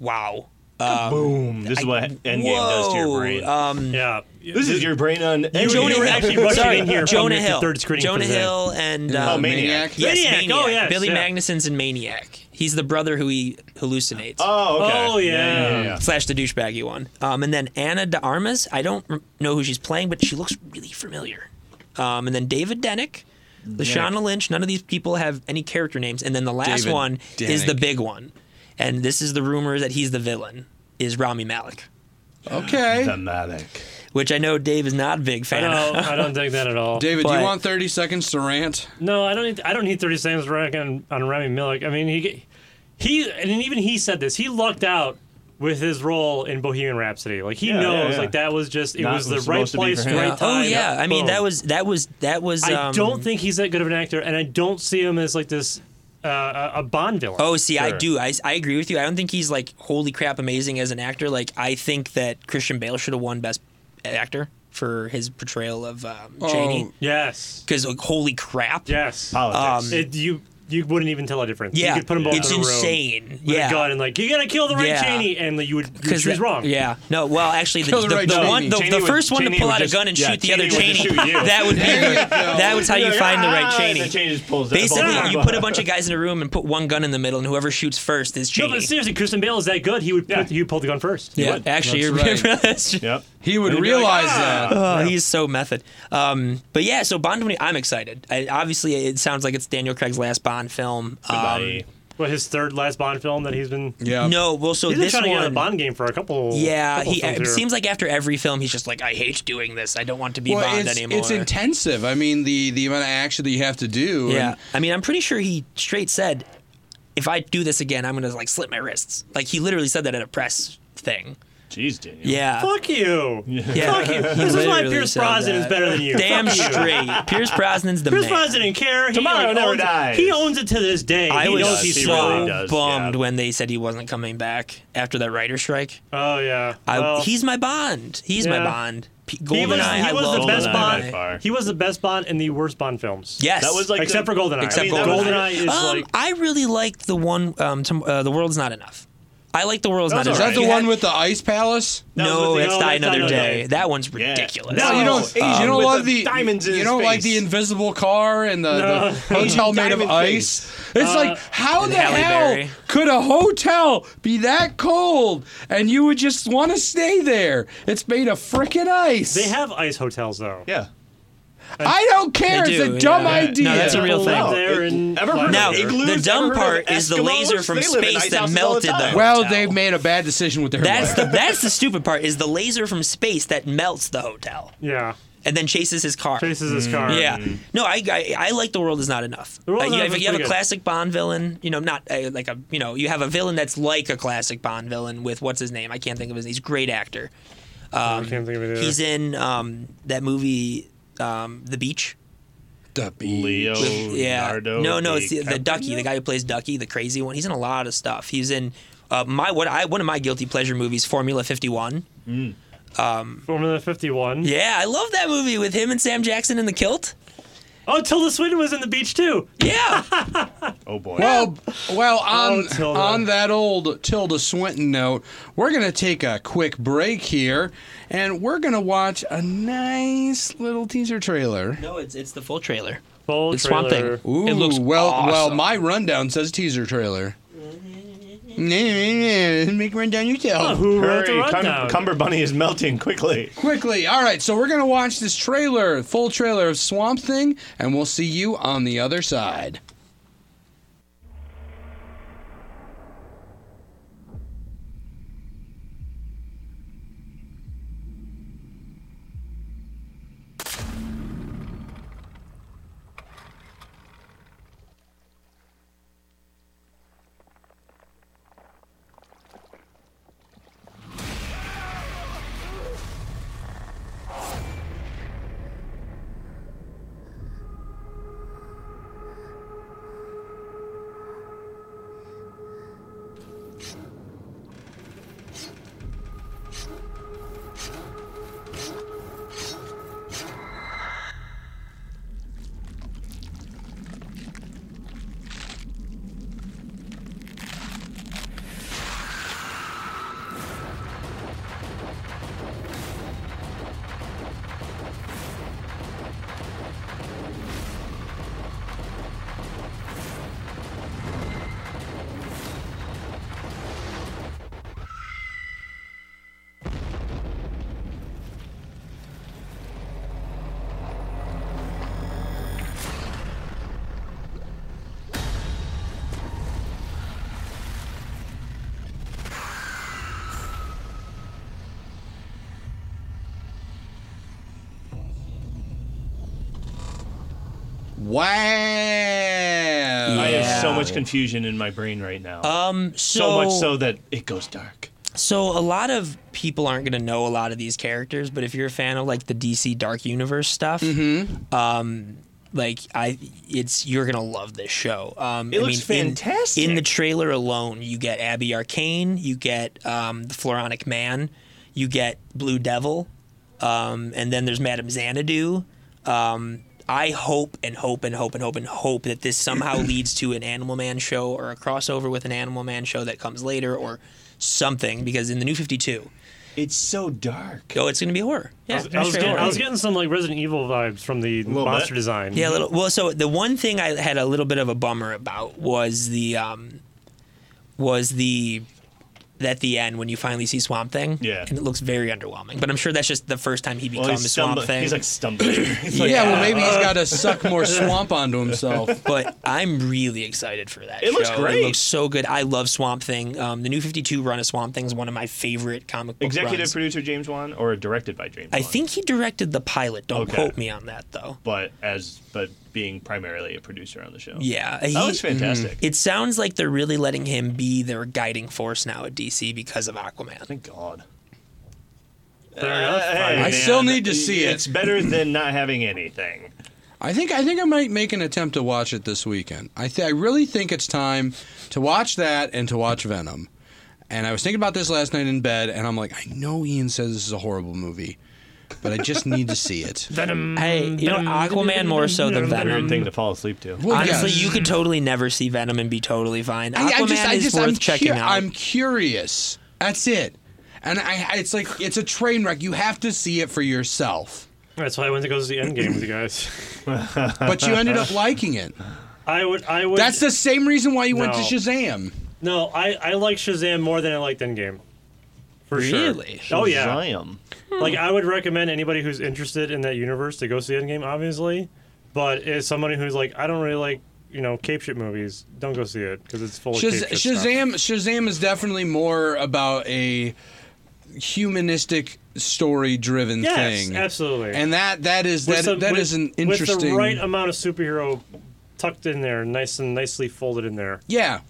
Speaker 3: wow.
Speaker 2: Boom. This is what Endgame does to your brain.
Speaker 3: Um,
Speaker 4: Yeah.
Speaker 2: this is your brain on. Endgame.
Speaker 4: Jonah- were actually rushing
Speaker 3: Sorry,
Speaker 4: in here from
Speaker 3: Jonah
Speaker 4: the
Speaker 3: Hill.
Speaker 4: third screening for
Speaker 3: Jonah
Speaker 4: the day.
Speaker 3: Hill and
Speaker 2: Oh,
Speaker 3: um,
Speaker 2: Maniac.
Speaker 3: Yes,
Speaker 4: Maniac. Oh, yes,
Speaker 3: Billy
Speaker 4: yeah.
Speaker 3: Magnuson's in Maniac. He's the brother who he hallucinates.
Speaker 2: Oh, okay.
Speaker 4: Oh, yeah.
Speaker 3: Slash the douchebaggy one. Um, and then Anna de Armas. I don't r- know who she's playing, but she looks really familiar. Um, and then David Denick, Lashana Lynch. None of these people have any character names. And then the last
Speaker 1: David
Speaker 3: one is the
Speaker 1: Danick.
Speaker 3: big one. And this is the rumor that he's the villain, is Rami Malik,
Speaker 1: Okay.
Speaker 2: Thematic.
Speaker 3: which I know Dave is not a big fan
Speaker 4: No,
Speaker 3: of.
Speaker 4: I don't think that at all.
Speaker 1: David, do
Speaker 3: But-
Speaker 1: you want 30 seconds to rant?
Speaker 4: No, I don't. Need, I don't need thirty seconds rank on, on Remy Millick. I mean, he he and even he said this. He lucked out with his role in Bohemian Rhapsody. Like he
Speaker 2: Yeah,
Speaker 4: knows,
Speaker 2: yeah, yeah.
Speaker 4: like that was just it
Speaker 2: Not
Speaker 4: was the
Speaker 2: was
Speaker 4: right
Speaker 2: supposed to be for
Speaker 4: place,
Speaker 2: him.
Speaker 4: right
Speaker 2: Yeah.
Speaker 3: Oh
Speaker 4: time.
Speaker 3: yeah, I mean
Speaker 4: Boom.
Speaker 3: that was that was that was. Um,
Speaker 4: I don't think he's that good of an actor, and I don't see him as like this uh, a a Bond villain.
Speaker 3: Oh, see, I
Speaker 2: Sure.
Speaker 3: do. I, I agree with you. I don't think he's like holy crap amazing as an actor. Like I think that Christian Bale should have won Best Actor for his portrayal of um, Janie.
Speaker 4: yes,
Speaker 3: Because like, holy crap,
Speaker 4: yes. Uh,
Speaker 2: Politics.
Speaker 3: Um,
Speaker 4: It, you you wouldn't even tell a difference.
Speaker 3: Yeah,
Speaker 4: you could put them both
Speaker 3: it's
Speaker 4: in a room
Speaker 3: insane.
Speaker 4: with
Speaker 3: yeah,
Speaker 4: a gun and like you gotta kill the right
Speaker 3: Yeah.
Speaker 4: Cheney, and like, you would you would choose
Speaker 3: that-
Speaker 4: wrong.
Speaker 3: Yeah, no. Well, actually, the,
Speaker 1: Kill
Speaker 3: the,
Speaker 1: the right
Speaker 3: the
Speaker 1: Cheney.
Speaker 3: one, the,
Speaker 2: Cheney
Speaker 3: the
Speaker 2: would-
Speaker 3: first one to
Speaker 2: Cheney
Speaker 3: pull
Speaker 2: would
Speaker 3: out
Speaker 2: just-
Speaker 3: a gun and
Speaker 2: yeah,
Speaker 3: shoot the
Speaker 2: Cheney
Speaker 3: other
Speaker 2: would just
Speaker 3: Cheney.
Speaker 2: shoot you.
Speaker 3: That would be
Speaker 1: There you
Speaker 3: the,
Speaker 1: go.
Speaker 3: that was how you
Speaker 2: You're
Speaker 3: find the right
Speaker 2: "Ah," and
Speaker 3: Cheney.
Speaker 2: The Cheney just pulls Oh,
Speaker 3: Basically,
Speaker 2: pulls
Speaker 3: you put a bunch of guys in a room and put one gun in the middle, and whoever shoots first is
Speaker 4: No,
Speaker 3: Cheney.
Speaker 4: but seriously, Christian Bale is that good. He would
Speaker 2: Yeah.
Speaker 4: put, he would pull the gun first.
Speaker 3: yeah, actually, you're
Speaker 1: That's right.
Speaker 3: that's true.
Speaker 2: Yep.
Speaker 1: He would
Speaker 2: They'd be like,
Speaker 1: realize
Speaker 2: "Ah."
Speaker 1: that.
Speaker 3: Oh, he's so method. Um, but yeah, so Bond 20, I'm excited. I, obviously, it sounds like it's Daniel Craig's last Bond film. Um,
Speaker 2: Buddy.
Speaker 4: What his third last Bond film that he's been.
Speaker 1: Yeah.
Speaker 3: no, well, so
Speaker 4: He's been
Speaker 3: this
Speaker 4: trying to get out
Speaker 3: one.
Speaker 4: of the Bond game for a couple.
Speaker 3: yeah,
Speaker 4: couple
Speaker 3: he
Speaker 4: films
Speaker 3: it
Speaker 4: here.
Speaker 3: seems like after every film, he's just like, I hate doing this. I don't want to be
Speaker 1: Well,
Speaker 3: Bond
Speaker 1: it's,
Speaker 3: anymore.
Speaker 1: it's intensive. I mean, the, the amount of action that you have to do.
Speaker 3: yeah,
Speaker 1: and-
Speaker 3: I mean, I'm pretty sure he straight said, if I do this again, I'm gonna like slit my wrists. Like he literally said that at a press thing.
Speaker 2: Jeez, Daniel.
Speaker 3: Yeah.
Speaker 4: Fuck you.
Speaker 3: Yeah,
Speaker 4: Fuck you.
Speaker 3: he
Speaker 4: This is why
Speaker 3: literally
Speaker 4: Pierce
Speaker 3: said
Speaker 4: Brosnan is
Speaker 3: that.
Speaker 4: better than you.
Speaker 3: Damn
Speaker 4: Fuck you.
Speaker 3: straight. Pierce Brosnan's the
Speaker 4: Pierce
Speaker 3: man.
Speaker 4: Brosnan didn't care. He,
Speaker 2: Tomorrow
Speaker 4: like,
Speaker 2: never
Speaker 4: owns,
Speaker 2: dies.
Speaker 4: He owns it to this day.
Speaker 3: I
Speaker 4: he
Speaker 3: was
Speaker 4: knows
Speaker 2: does,
Speaker 4: he's
Speaker 2: he
Speaker 3: so
Speaker 2: really
Speaker 4: wrong.
Speaker 2: does,
Speaker 3: bummed
Speaker 2: yeah.
Speaker 3: when they said he wasn't coming back after that writer strike.
Speaker 4: Oh yeah.
Speaker 3: I,
Speaker 4: Well,
Speaker 3: he's my Bond. He's my
Speaker 4: Yeah.
Speaker 3: Bond. P-
Speaker 4: he was,
Speaker 3: GoldenEye,
Speaker 4: he
Speaker 3: I
Speaker 4: was the
Speaker 3: love
Speaker 4: best
Speaker 2: GoldenEye by
Speaker 4: Bond.
Speaker 3: GoldenEye.
Speaker 2: far.
Speaker 4: He was the best Bond in the worst Bond films.
Speaker 3: Yes,
Speaker 2: That was like
Speaker 4: Except
Speaker 2: the-
Speaker 4: for GoldenEye.
Speaker 3: Except
Speaker 4: I mean,
Speaker 3: for
Speaker 4: that was-
Speaker 3: GoldenEye.
Speaker 4: GoldenEye is
Speaker 3: um,
Speaker 4: like.
Speaker 3: I really liked the one. Um, tom- uh, the world's not enough. I like the world's
Speaker 2: That
Speaker 3: not
Speaker 2: was
Speaker 1: Is
Speaker 3: enough.
Speaker 1: that
Speaker 2: Right.
Speaker 1: the
Speaker 2: You
Speaker 1: one
Speaker 2: had-
Speaker 1: with the ice palace?
Speaker 2: was
Speaker 3: No,
Speaker 2: with the-
Speaker 3: it's
Speaker 2: no,
Speaker 3: Die
Speaker 2: that's
Speaker 3: Another
Speaker 2: Another
Speaker 3: Day.
Speaker 2: Day.
Speaker 3: That one's ridiculous.
Speaker 2: No,
Speaker 1: you
Speaker 2: Oh,
Speaker 1: don't. you
Speaker 2: um,
Speaker 1: don't
Speaker 2: with
Speaker 1: love
Speaker 2: the
Speaker 1: the,
Speaker 2: diamonds in
Speaker 1: You
Speaker 2: his
Speaker 1: don't like
Speaker 2: face.
Speaker 1: the invisible car and the, the hotel made of
Speaker 2: Diamond
Speaker 1: ice. It's like how the
Speaker 3: Uh, Halle
Speaker 1: hell
Speaker 3: Berry.
Speaker 1: could a hotel be that cold and you would just want to stay there? It's made of frickin' ice.
Speaker 4: They have ice hotels though.
Speaker 2: Yeah.
Speaker 1: I don't care.
Speaker 3: They
Speaker 1: it's
Speaker 3: do,
Speaker 1: a dumb
Speaker 3: yeah.
Speaker 1: idea.
Speaker 3: No, that's a real
Speaker 4: People
Speaker 3: thing.
Speaker 4: live There and
Speaker 2: Ever heard of
Speaker 3: Now,
Speaker 2: igloos?
Speaker 3: the dumb
Speaker 2: Ever heard of
Speaker 3: part is the
Speaker 2: Eskimos?
Speaker 3: laser from
Speaker 2: They live in
Speaker 3: space
Speaker 2: ice
Speaker 3: that
Speaker 2: houses all the
Speaker 3: melted
Speaker 2: time.
Speaker 3: the-
Speaker 1: Well,
Speaker 3: hotel.
Speaker 1: they've made a bad decision with their
Speaker 3: That's
Speaker 1: money.
Speaker 3: the that's the stupid part is the laser from space that melts the hotel
Speaker 4: Yeah.
Speaker 3: and then chases his car.
Speaker 4: Chases
Speaker 2: Mm.
Speaker 4: his car.
Speaker 3: Yeah, no, I, I I like the world is not enough.
Speaker 4: The World Is
Speaker 3: Uh, you-
Speaker 4: Not
Speaker 3: if
Speaker 4: Enough
Speaker 3: you have
Speaker 4: is
Speaker 3: a
Speaker 4: pretty
Speaker 3: classic Bond villain, you know, not uh, like a you know, you have a villain that's like a classic Bond villain with what's his name? I can't think of his. name. He's a great actor.
Speaker 4: I can't think of it either.
Speaker 3: He's in um, that movie, um, The Beach.
Speaker 1: the bee.
Speaker 2: Leo.
Speaker 3: Yeah.
Speaker 2: Nardo
Speaker 3: no, no, it's the, the
Speaker 2: DiCaprio?
Speaker 3: Ducky, the guy who plays Ducky, the crazy one. He's in a lot of stuff. He's in uh, my what I one of my guilty pleasure movies, Formula Fifty One.
Speaker 4: Formula 51.
Speaker 3: Yeah, I love that movie with him and Sam Jackson in the kilt.
Speaker 4: Oh, Tilda Swinton was in the beach too.
Speaker 3: Yeah,
Speaker 2: Oh boy.
Speaker 1: Well, well, on
Speaker 4: Tilda.
Speaker 1: on that old Tilda Swinton note, we're gonna take a quick break here, and we're gonna watch a nice little teaser trailer.
Speaker 3: no, it's it's the full trailer.
Speaker 4: Full
Speaker 3: It's Swamp Thing.
Speaker 4: trailer.
Speaker 1: Ooh,
Speaker 3: it looks
Speaker 1: well,
Speaker 3: awesome.
Speaker 1: well, my rundown says teaser trailer. Make a rundown
Speaker 3: Oh,
Speaker 1: yourself.
Speaker 4: Who wrote the
Speaker 2: Hurry,
Speaker 4: rundown?
Speaker 2: cum- Cumber Bunny is melting quickly.
Speaker 1: Quickly. All right, so we're going to watch this trailer, full trailer of Swamp Thing, and we'll see you on the other side. Wow.
Speaker 2: I have so
Speaker 3: Yeah. Oh.
Speaker 2: much confusion in my brain right now.
Speaker 3: So,
Speaker 2: so much so that it goes dark.
Speaker 3: So a lot of people aren't going to know a lot of these characters, but if you're a fan of like the DC Dark Universe stuff, um,
Speaker 2: Mm-hmm.
Speaker 3: like I, it's you're going to love this show. Um,
Speaker 2: It
Speaker 3: I
Speaker 2: looks
Speaker 3: mean, in-
Speaker 2: fantastic.
Speaker 3: In, the trailer alone, you get Abby Arcane, you get um, the Floronic Man, you get Blue Devil, um, and then there's Madame Xanadu. Um, I hope and hope and hope and hope and hope that this somehow leads to an Animal Man show or a crossover with an Animal Man show that comes later or something because in the new 52,
Speaker 2: It's so dark.
Speaker 3: oh, it's going to be horror. Yeah,
Speaker 4: I was, I was
Speaker 3: straight
Speaker 4: getting,
Speaker 3: horror.
Speaker 4: I was getting some like Resident Evil vibes from the
Speaker 2: little
Speaker 4: monster
Speaker 2: bit.
Speaker 4: design.
Speaker 3: Yeah, a little. Well, so the one thing I had a little bit of a bummer about was the um, was the at the end when you finally see Swamp Thing.
Speaker 2: Yeah.
Speaker 3: and it looks very underwhelming. But I'm sure that's just the first time he becomes
Speaker 2: Well, he's,
Speaker 3: Swamp
Speaker 2: stumbling.
Speaker 3: Thing.
Speaker 2: he's like stumbling. He's like,
Speaker 1: Yeah,
Speaker 2: "Ah."
Speaker 1: well, maybe
Speaker 3: Uh,
Speaker 1: he's got to suck more swamp onto himself.
Speaker 3: but I'm really excited for that.
Speaker 2: It looks
Speaker 3: show.
Speaker 2: great.
Speaker 3: It looks so good. I love Swamp Thing. Um, the new 52 run of Swamp Thing is one of my favorite comic book
Speaker 2: Executive
Speaker 3: runs.
Speaker 2: producer James Wan or directed by James
Speaker 3: I
Speaker 2: Wan?
Speaker 3: think he directed the pilot. Don't
Speaker 2: Okay.
Speaker 3: quote me on that though.
Speaker 2: But as but being primarily a producer on the show.
Speaker 3: Yeah,
Speaker 2: That
Speaker 3: he- mm-hmm.
Speaker 2: looks fantastic.
Speaker 3: It sounds like they're really letting him be their guiding force now at DC because of Aquaman.
Speaker 2: Thank God.
Speaker 4: Fair enough.
Speaker 2: Uh, Hey,
Speaker 4: I-
Speaker 1: I
Speaker 2: man,
Speaker 1: still need to see it.
Speaker 2: It's better than not having anything.
Speaker 1: I think I think I might make an attempt to watch it this weekend. I th- I really think it's time to watch that and to watch Venom. And I was thinking about this last night in bed, and I'm like, I know Ian says this is a horrible movie, but I just need to see it.
Speaker 4: Venom.
Speaker 3: Hey, you know Aquaman more so than
Speaker 2: Weird
Speaker 3: Venom.
Speaker 2: thing to fall asleep to.
Speaker 1: Well,
Speaker 3: Honestly,
Speaker 1: yes.
Speaker 3: you could totally never see Venom and be totally fine. Aquaman
Speaker 1: I, I just, I
Speaker 3: is
Speaker 1: just,
Speaker 3: worth
Speaker 1: I'm,
Speaker 3: checking
Speaker 1: cu-
Speaker 3: out.
Speaker 1: I'm curious. That's it. And I, I- it's like it's a train wreck. You have to see it for yourself.
Speaker 4: That's why I went to go see Endgame with you guys.
Speaker 1: But you ended up liking it.
Speaker 4: I would. I would.
Speaker 1: That's the same reason why you went to
Speaker 4: No.
Speaker 1: Shazam.
Speaker 4: no. I I like Shazam more than I liked Endgame. For
Speaker 3: really.
Speaker 4: sure. Oh yeah.
Speaker 2: Shazam.
Speaker 1: Hmm.
Speaker 4: Like I would recommend anybody who's interested in that universe to go see Endgame, obviously. But as somebody who's like, I don't really like you know cape shit movies, don't go see it because it's full of
Speaker 1: Shaz-
Speaker 4: cape shit stuff.
Speaker 1: Shazam Shazam is definitely more about a humanistic story driven
Speaker 4: Yes,
Speaker 1: thing.
Speaker 4: absolutely.
Speaker 1: And that that is
Speaker 4: With
Speaker 1: that
Speaker 4: some-
Speaker 1: that
Speaker 4: with-
Speaker 1: is an interesting
Speaker 4: with the right amount of superhero tucked in there, nice and nicely folded in there.
Speaker 1: Yeah.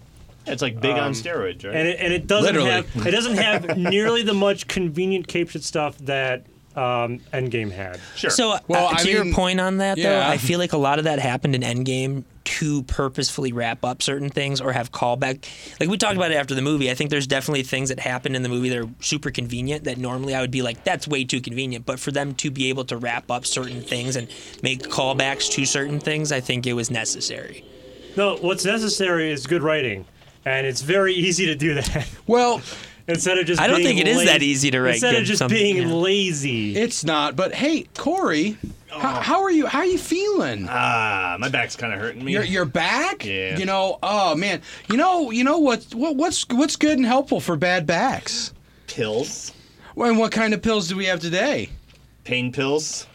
Speaker 2: It's like big on steroids, right?
Speaker 4: and it, and it doesn't
Speaker 1: Literally.
Speaker 4: have it doesn't have nearly the much convenient cape shit stuff that um, Endgame had.
Speaker 2: sure.
Speaker 3: So,
Speaker 1: Well,
Speaker 3: uh, to
Speaker 1: I
Speaker 3: your
Speaker 1: mean,
Speaker 3: point on that,
Speaker 1: yeah.
Speaker 3: though, I feel like a lot of that happened in Endgame to purposefully wrap up certain things or have callback. Like we talked about it after the movie. I think there's definitely things that happened in the movie that are super convenient that normally I would be like, that's way too convenient. But for them to be able to wrap up certain things and make callbacks to certain things, I think it was necessary.
Speaker 4: No, what's necessary is good writing, and it's very easy to do that.
Speaker 1: Well,
Speaker 4: instead of just
Speaker 3: I don't
Speaker 4: being
Speaker 3: think it is
Speaker 4: la-
Speaker 3: that easy to write
Speaker 4: Instead of
Speaker 3: good
Speaker 4: just
Speaker 3: something,
Speaker 4: being
Speaker 3: yeah.
Speaker 4: lazy.
Speaker 1: it's not. But hey, Corey,
Speaker 4: Oh.
Speaker 1: how, how are you? How are you feeling?
Speaker 4: Uh,
Speaker 2: ah, my back's kind of hurting me.
Speaker 1: You're, you're back.
Speaker 2: Yeah.
Speaker 1: You know. Oh man. You know. You know what, what? What's what's good and helpful for bad backs?
Speaker 2: pills,
Speaker 1: Well, And what kind of pills do we have today?
Speaker 2: pain pills.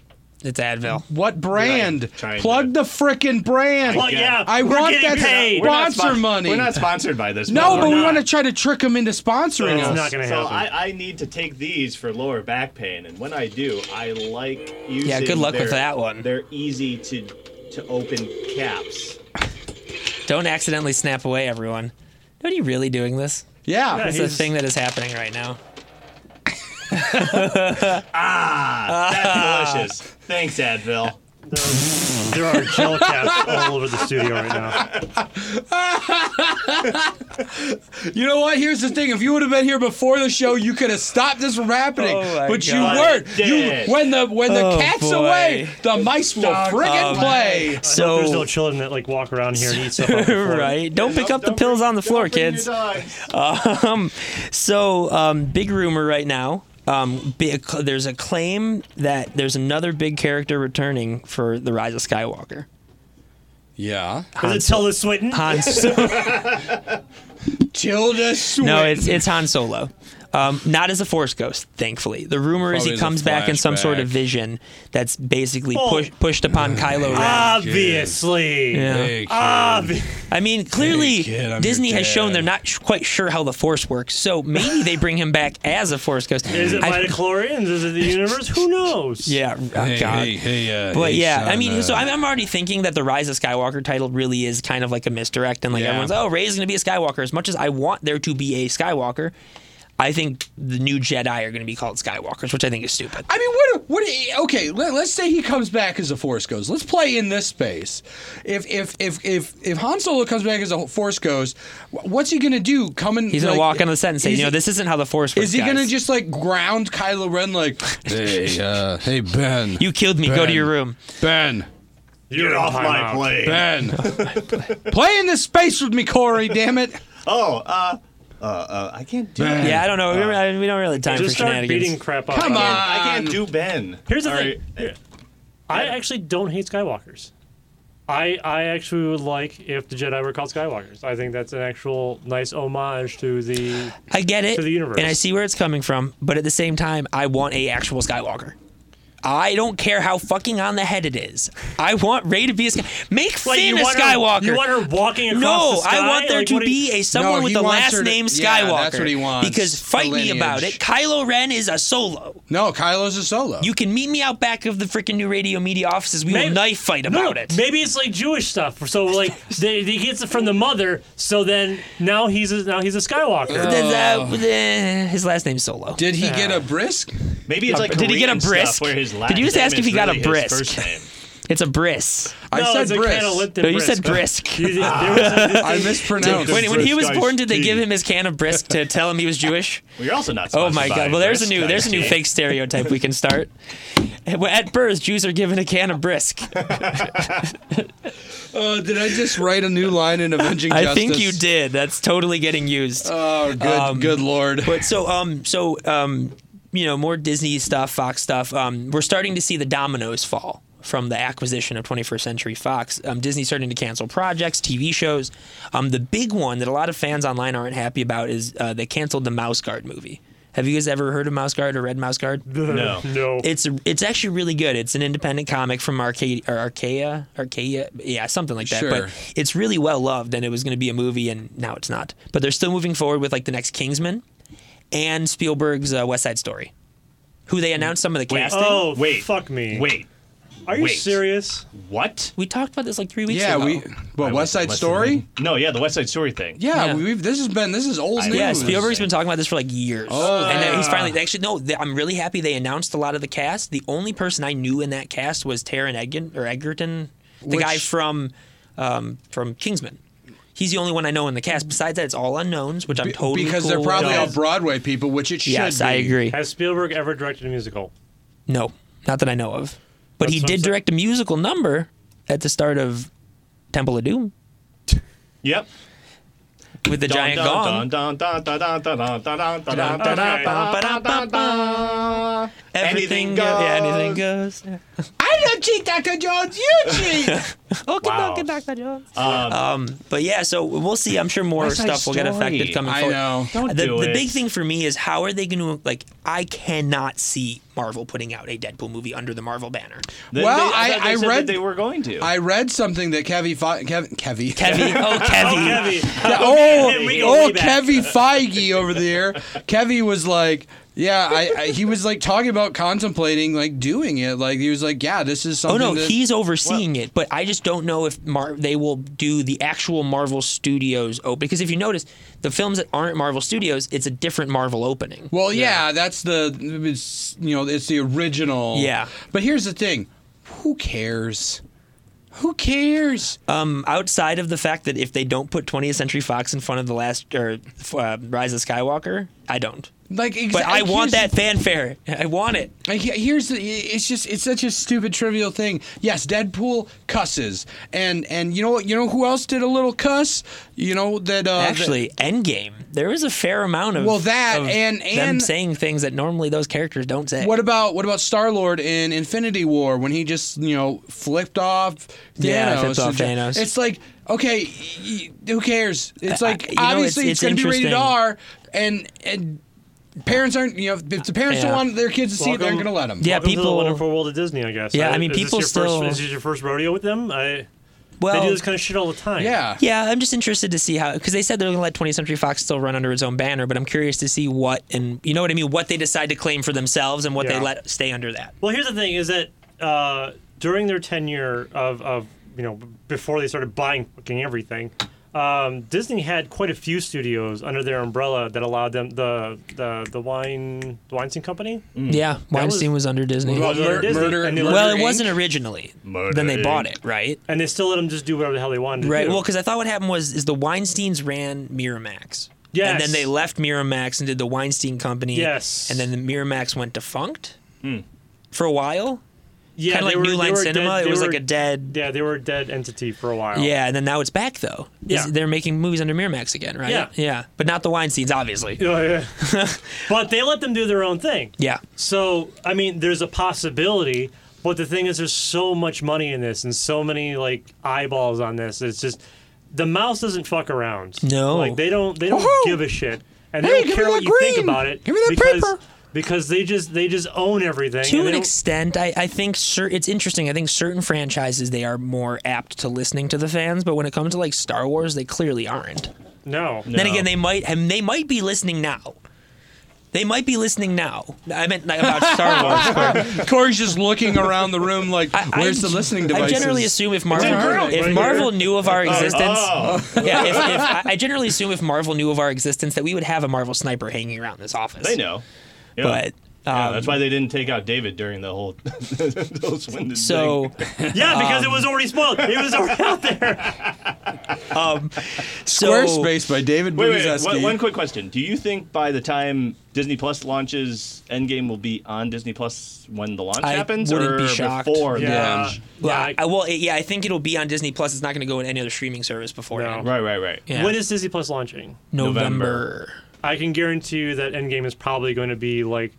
Speaker 3: It's Advil.
Speaker 1: What brand?
Speaker 2: trying to-
Speaker 1: Plug the frickin' brand.
Speaker 4: Well, yeah,
Speaker 1: I
Speaker 4: we're
Speaker 1: want
Speaker 4: getting
Speaker 1: that-
Speaker 4: paid.
Speaker 1: We're not-
Speaker 2: not
Speaker 1: Sponsor
Speaker 2: spon-
Speaker 1: money.
Speaker 2: We're not sponsored by this.
Speaker 1: No,
Speaker 2: we're
Speaker 1: but we
Speaker 2: not.
Speaker 1: want to try to trick them into sponsoring
Speaker 4: It's
Speaker 1: us.
Speaker 4: not gonna
Speaker 2: So
Speaker 4: happen.
Speaker 2: I, I need to take these for lower back pain, and when I do, I like using.
Speaker 3: Yeah, good luck
Speaker 2: their,
Speaker 3: with that one.
Speaker 2: They're easy to to open caps.
Speaker 3: Don't accidentally snap away, everyone. Are you really doing this?
Speaker 1: yeah.
Speaker 4: Yeah,
Speaker 3: It's a
Speaker 4: He's-
Speaker 3: thing that is happening right now.
Speaker 2: That's delicious. Thanks, Advil.
Speaker 4: there are gel caps all over the studio right now.
Speaker 1: You know what? Here's the thing. If you would have been here before the show, you could have stopped this from happening.
Speaker 3: Oh my
Speaker 1: but you
Speaker 3: God.
Speaker 1: weren't.
Speaker 2: I
Speaker 1: You
Speaker 2: did.
Speaker 1: when the when the
Speaker 3: Oh,
Speaker 1: cat's
Speaker 3: boy.
Speaker 1: away, the mice will friggin'
Speaker 3: Um,
Speaker 1: play.
Speaker 3: So
Speaker 4: There's no children that like walk around here and eat stuff. on the floor.
Speaker 3: right. Don't pick
Speaker 2: Don't-
Speaker 3: up the
Speaker 2: don't
Speaker 3: pills
Speaker 2: bring-
Speaker 3: on the
Speaker 2: don't
Speaker 3: floor,
Speaker 2: bring your
Speaker 3: kids.
Speaker 2: dogs.
Speaker 3: Um, so, um, big rumor right now. Um, big, there's a claim that there's another big character returning for the Rise of Skywalker.
Speaker 1: Yeah.
Speaker 4: Does it tell the Swinton?
Speaker 3: Han, Solo-
Speaker 1: Tilda Swinton.
Speaker 3: no, it's it's Han Solo. Um, not as a force ghost, thankfully. The rumor is
Speaker 1: Probably
Speaker 3: he
Speaker 1: as a
Speaker 3: comes back in some sort of
Speaker 1: flashback. Mm,
Speaker 3: vision that's basically
Speaker 4: Oh.
Speaker 3: push, pushed upon Kylo Ren.
Speaker 4: Obviously.
Speaker 3: Yeah.
Speaker 1: Hey, kid.
Speaker 3: Oh,
Speaker 4: Obvi-
Speaker 3: I mean, clearly
Speaker 1: kid, I'm
Speaker 3: Disney
Speaker 1: your
Speaker 3: has shown
Speaker 1: dad.
Speaker 3: they're not sh- quite sure how the Force works, so maybe they bring him back as a Force ghost.
Speaker 4: Is it
Speaker 3: I-
Speaker 4: midichlorians? Is it the universe? Who knows?
Speaker 3: Yeah, oh,
Speaker 1: hey,
Speaker 3: God.
Speaker 1: hey, hey, uh,
Speaker 3: But
Speaker 1: hey,
Speaker 3: yeah, I
Speaker 1: son,
Speaker 3: mean,
Speaker 1: uh,
Speaker 3: so I'm, I'm already thinking that the Rise of Skywalker title really is kind of like a misdirect, and like
Speaker 1: Yeah.
Speaker 3: everyone's, oh, Rey's going to be a Skywalker. As much as I want there to be a Skywalker, I think the new Jedi are going to be called Skywalkers, which I think is stupid.
Speaker 1: I mean, what? What? Okay, let, let's say he comes back as a Force Ghost. Let's play in this space. If if if if if Han Solo comes back as a Force Ghost, wh- what's he gonna do? Coming?
Speaker 3: He's going to walk onto the set and say, you know, this isn't how the Force works.
Speaker 1: Is he gonna
Speaker 3: guys.
Speaker 1: just like ground Kylo Ren like, hey, uh, hey Ben,
Speaker 3: You killed me. Go to
Speaker 1: Ben.
Speaker 3: your room.
Speaker 1: Ben,
Speaker 2: Get off
Speaker 4: time
Speaker 2: my
Speaker 4: out.
Speaker 2: plane.
Speaker 1: Ben, play in this space with me, Corey. Damn it!
Speaker 2: Oh, uh, uh, uh, I can't do
Speaker 1: Ben.
Speaker 2: that.
Speaker 3: Yeah, I don't know.
Speaker 1: Uh,
Speaker 3: We, I- we don't really have time
Speaker 4: Just
Speaker 3: for
Speaker 4: start
Speaker 3: shenanigans.
Speaker 4: beating crap up.
Speaker 1: Come on.
Speaker 2: I can't do Ben.
Speaker 4: Here's the
Speaker 2: All
Speaker 4: thing.
Speaker 2: right.
Speaker 4: I actually don't hate Skywalkers. I I actually would like if the Jedi were called Skywalkers. I think that's an actual nice homage to the.
Speaker 3: I get it,
Speaker 4: to the universe.
Speaker 3: and I see where it's coming from, but at the same time, I want a actual Skywalker. I don't care how fucking on the head it is. I want Ray to be a Sky- make Finn
Speaker 4: you
Speaker 3: a
Speaker 4: want
Speaker 3: Skywalker.
Speaker 4: Her, you want her walking across
Speaker 3: no,
Speaker 4: the sky?
Speaker 3: I want there
Speaker 4: Like,
Speaker 3: to
Speaker 4: what do you-
Speaker 3: be a someone
Speaker 1: No,
Speaker 3: with
Speaker 1: he
Speaker 3: the
Speaker 1: wants
Speaker 3: last
Speaker 1: her to-
Speaker 3: name Skywalker.
Speaker 1: yeah, that's what he wants,
Speaker 3: Because
Speaker 1: the
Speaker 3: fight me about
Speaker 1: lineage.
Speaker 3: it. Kylo Ren is a solo.
Speaker 1: No, Kylo's a Solo.
Speaker 3: You can meet me out back of the freaking new radio media offices. We
Speaker 4: Maybe-
Speaker 3: will knife fight
Speaker 4: No,
Speaker 3: about it.
Speaker 4: maybe it's like Jewish stuff. So like they, he gets it from the mother. So then now he's a, now he's a Skywalker.
Speaker 1: Oh.
Speaker 3: Th- th- eh, his last name's Solo.
Speaker 1: Did he get a brisk?
Speaker 2: Maybe it's like
Speaker 3: Did he get
Speaker 2: Korean
Speaker 3: a
Speaker 2: stuff
Speaker 3: brisk?
Speaker 2: Where his
Speaker 3: Did
Speaker 2: last
Speaker 3: you just
Speaker 2: name
Speaker 3: ask if
Speaker 2: is
Speaker 3: he got a
Speaker 2: really his
Speaker 3: brisk?
Speaker 2: first name.
Speaker 3: It's a briss.
Speaker 1: I
Speaker 4: no,
Speaker 1: said
Speaker 4: it's
Speaker 1: brisk.
Speaker 4: a Catalan
Speaker 3: No, you said
Speaker 4: brisk.
Speaker 3: brisk.
Speaker 4: You- there was a-
Speaker 1: I mispronounced.
Speaker 3: Oh, When, when he was
Speaker 2: Brisk
Speaker 3: born,
Speaker 2: iced
Speaker 3: did they
Speaker 2: tea.
Speaker 3: give him his can of brisk to tell him he was Jewish?
Speaker 2: Well, you're also not.
Speaker 3: Oh my
Speaker 2: sponsored
Speaker 3: God!
Speaker 2: by
Speaker 3: Well, there's a
Speaker 2: brisk,
Speaker 3: new there's a new
Speaker 2: I see.
Speaker 3: fake stereotype we can start. At birth, Jews are given a can of brisk.
Speaker 1: Uh, did I just write a new line in Avenging Justice?
Speaker 3: I think you did. Um, That's totally getting used.
Speaker 1: Oh, good, good lord.
Speaker 3: But so um so um you know more Disney stuff, Fox stuff. Um, we're starting to see the dominoes fall from the acquisition of 21st Century Fox. Um, Disney's starting to cancel projects, TV shows. Um, the big one that a lot of fans online aren't happy about is uh, they canceled the Mouse Guard movie. Have you guys ever heard of Mouse Guard or read Mouse Guard?
Speaker 2: No.
Speaker 4: no.
Speaker 3: It's it's actually really good. It's an independent comic from Arcadia, or Arcadia, Arcadia, yeah, something like that.
Speaker 1: Sure.
Speaker 3: But it's really well loved, and it was going to be a movie, and now it's not. But they're still moving forward with like the next Kingsman, and Spielberg's uh, West Side Story, who they announced some of the
Speaker 2: Wait.
Speaker 3: casting.
Speaker 4: Oh
Speaker 2: Wait.
Speaker 4: fuck me.
Speaker 2: Wait,
Speaker 4: are you
Speaker 2: wait.
Speaker 4: serious?
Speaker 2: what?
Speaker 3: We talked about this like three weeks
Speaker 1: yeah,
Speaker 3: ago.
Speaker 1: we. What West Side Story?
Speaker 2: No, yeah, the West Side Story thing.
Speaker 1: Yeah,
Speaker 3: Yeah.
Speaker 1: we've. This has been. This is old news.
Speaker 3: Yeah, Spielberg's been talking about this for like years.
Speaker 1: Oh,
Speaker 3: and then
Speaker 1: yeah.
Speaker 3: he's finally actually no. They, I'm really happy they announced a lot of the cast. The only person I knew in that cast was Taron Egerton, or Egerton, the
Speaker 1: Which-
Speaker 3: guy from um, from Kingsman. He's the only one I know in the cast. Besides that, it's all unknowns, which I'm totally
Speaker 1: because
Speaker 3: cool
Speaker 1: they're
Speaker 3: with.
Speaker 1: probably all
Speaker 4: Does-
Speaker 1: Broadway people, which it should
Speaker 3: yes,
Speaker 1: be.
Speaker 3: I agree.
Speaker 4: Has Spielberg ever directed a musical?
Speaker 3: No, not that I know of. But he
Speaker 4: That's what I'm
Speaker 3: did
Speaker 4: saying.
Speaker 3: direct a musical number at the start of Temple of Doom
Speaker 2: Yep.
Speaker 3: with the giant gong. Everything
Speaker 2: Anything
Speaker 3: goes. Yeah,
Speaker 2: goes.
Speaker 3: anything goes. Yeah.
Speaker 1: I don't cheat, Dr. Jones. You cheat.
Speaker 3: Okay,
Speaker 2: Wow.
Speaker 3: okay, Dr. Jones. Um, but yeah, so we'll see. I'm sure more
Speaker 2: West Side
Speaker 3: stuff will get
Speaker 2: Story.
Speaker 3: affected coming
Speaker 1: I
Speaker 3: forward.
Speaker 1: know.
Speaker 2: Don't
Speaker 3: the,
Speaker 2: do
Speaker 3: the
Speaker 2: it.
Speaker 3: big thing for me is how are they going to like? I cannot see Marvel putting out a Deadpool movie under the Marvel banner.
Speaker 2: Then
Speaker 1: Well,
Speaker 2: they-
Speaker 1: I-
Speaker 2: thought they
Speaker 1: I
Speaker 2: said
Speaker 1: read-
Speaker 2: that they were going to.
Speaker 1: I read something that Kevy Fe- Kev- Kevy.
Speaker 3: Kevy, oh Kevy,
Speaker 4: Kevy.
Speaker 1: oh,
Speaker 4: we go
Speaker 1: oh,
Speaker 4: way back.
Speaker 1: Kevy Feige over there. Kevy was like, yeah, I, I, he was like talking about contemplating like doing it. Like he was like, yeah, this is
Speaker 3: oh
Speaker 1: something.
Speaker 3: no,
Speaker 1: that-
Speaker 3: he's overseeing it. But I just don't know if Mar- they will do the actual Marvel Studios open because if you notice the films that aren't Marvel Studios, it's a different Marvel opening.
Speaker 1: Well, yeah, that's the it's, you know it's the original.
Speaker 3: Yeah.
Speaker 1: But here's the thing, who cares? Who cares?
Speaker 3: Um, outside of the fact that if they don't put 20th Century Fox in front of the last or uh, Rise of Skywalker, I don't.
Speaker 1: like, exa-
Speaker 3: But I
Speaker 1: like,
Speaker 3: want
Speaker 1: here's-
Speaker 3: that fanfare. I want it.
Speaker 1: Like, he- here's the. It's just. It's such a stupid, trivial thing. Yes, Deadpool cusses, and and you know what? You know who else did a little cuss? You know that. Uh, that-
Speaker 3: Actually, Endgame. There is a fair amount of
Speaker 1: Well, that
Speaker 3: of
Speaker 1: and-
Speaker 3: them
Speaker 1: and-
Speaker 3: saying things that normally those characters don't say.
Speaker 1: What about what about Star Lord in Infinity War when he just you know flipped off Thanos?
Speaker 3: Yeah, flipped off
Speaker 1: and ju-
Speaker 3: Thanos.
Speaker 1: It's like okay, y- who cares? It's
Speaker 3: I-
Speaker 1: like
Speaker 3: you know, it's-
Speaker 1: obviously it's,
Speaker 3: it's
Speaker 1: going to be rated
Speaker 3: interesting.
Speaker 1: R, and and parents aren't you know if the parents don't
Speaker 3: Yeah.
Speaker 1: want their kids to see it, they're
Speaker 4: Welcome-
Speaker 1: not gonna let them.
Speaker 3: Yeah,
Speaker 4: Welcome to the
Speaker 3: people-
Speaker 4: wonderful world of Disney, I guess.
Speaker 3: Yeah,
Speaker 4: Uh,
Speaker 3: I mean,
Speaker 4: is this
Speaker 3: people
Speaker 4: your first-
Speaker 3: still-
Speaker 4: is this your first rodeo with them? I,
Speaker 3: Well,
Speaker 4: they do this kind of shit all the time.
Speaker 1: Yeah.
Speaker 3: Yeah, I'm just interested to see how because they said they're going to let 20th Century Fox still run under its own banner, but I'm curious to see what and you know what I mean, what they decide to claim for themselves and what they
Speaker 4: Yeah.
Speaker 3: let stay under that.
Speaker 4: Well, here's the thing: is that uh, during their tenure of, of you know before they started buying fucking everything, um, Disney had quite a few studios under their umbrella that allowed them the the the wine the Weinstein Company.
Speaker 3: Yeah, Weinstein was, under Disney.
Speaker 1: Well,
Speaker 3: Well,
Speaker 4: Murder,
Speaker 1: Mur-
Speaker 4: Disney,
Speaker 1: murder-
Speaker 4: and they let
Speaker 1: Murder,
Speaker 4: them-
Speaker 3: Mm. it
Speaker 1: Inc.
Speaker 3: wasn't originally.
Speaker 2: Murder
Speaker 3: then they bought
Speaker 2: Inc.
Speaker 3: it, right?
Speaker 4: and they still let them just do whatever the hell they wanted. to
Speaker 3: Right.
Speaker 4: do.
Speaker 3: Well, because I thought what happened was is the Weinstein's ran Miramax. And
Speaker 4: Yes.
Speaker 3: then they left Miramax and did the Weinstein Company.
Speaker 4: Yes. Hmm.
Speaker 3: And then the Miramax went defunct for a while.
Speaker 4: yeah,
Speaker 3: kind of
Speaker 4: they
Speaker 3: like
Speaker 4: were-
Speaker 3: New
Speaker 4: they
Speaker 3: Line
Speaker 4: were
Speaker 3: Cinema.
Speaker 4: dead-
Speaker 3: it
Speaker 4: they
Speaker 3: was
Speaker 4: were-
Speaker 3: like a dead.
Speaker 4: yeah, they were a dead entity for a while.
Speaker 3: Yeah, and then now it's back though. Is-
Speaker 4: Oh. Yeah.
Speaker 3: They're making movies under Miramax again, right?
Speaker 4: Yeah.
Speaker 3: Yeah. But not the Weinsteins, obviously.
Speaker 4: Yeah, Oh, yeah. but they let them do their own thing.
Speaker 3: Yeah.
Speaker 4: So I mean, there's a possibility, but the thing is, there's so much money in this and so many like eyeballs on this. It's just the mouse doesn't fuck around.
Speaker 3: No.
Speaker 4: like they don't they don't
Speaker 1: Woohoo!
Speaker 4: give a shit, and
Speaker 1: Hey,
Speaker 4: they
Speaker 1: give me
Speaker 4: don't care what
Speaker 1: that
Speaker 4: you think
Speaker 1: green.
Speaker 4: about it.
Speaker 1: Give me that
Speaker 4: because,
Speaker 1: paper.
Speaker 4: because they just they just own everything. and
Speaker 3: To
Speaker 4: they
Speaker 3: an
Speaker 4: don't-
Speaker 3: extent, I, I think cer it's interesting. I think certain franchises they are more apt to listening to the fans, but when it comes to like Star Wars, they clearly aren't.
Speaker 4: no,
Speaker 3: Then
Speaker 2: No.
Speaker 3: again, they might and they might be listening now. They might be listening now. I meant like, about Star Wars.
Speaker 1: Corey's just looking around the room like, where's
Speaker 3: I-
Speaker 1: the listening device?
Speaker 3: I generally assume if Marvel,
Speaker 1: Harvard,
Speaker 3: if
Speaker 4: right
Speaker 3: Marvel knew of our existence,
Speaker 2: Oh,
Speaker 3: yeah. If, if, I- I generally assume if Marvel knew of our existence, that we would have a Marvel sniper hanging around this office.
Speaker 2: they know. Yeah.
Speaker 3: but
Speaker 2: Yeah,
Speaker 3: um,
Speaker 2: that's why they didn't take out David during the whole those Swindon thing.
Speaker 3: so
Speaker 4: yeah,
Speaker 3: um,
Speaker 4: because it was already spoiled. It was already out there.
Speaker 3: um, so
Speaker 1: Squarespace by David
Speaker 2: Wait, wait, wait.
Speaker 1: Budizeski.
Speaker 2: One, one quick question. Do you think by the time Disney Plus launches, Endgame will be on Disney Plus when the launch
Speaker 3: I
Speaker 2: happens?
Speaker 3: wouldn't
Speaker 2: or
Speaker 3: be shocked.
Speaker 2: before the
Speaker 4: Yeah,
Speaker 2: launch?
Speaker 3: Well,
Speaker 4: yeah.
Speaker 3: I, I- well, yeah, I think it'll be on Disney Plus. It's not going to go in any other streaming service beforehand.
Speaker 2: Right, right, right.
Speaker 3: Yeah.
Speaker 4: When is Disney Plus launching?
Speaker 3: November.
Speaker 4: I can guarantee you that Endgame is probably going to be like,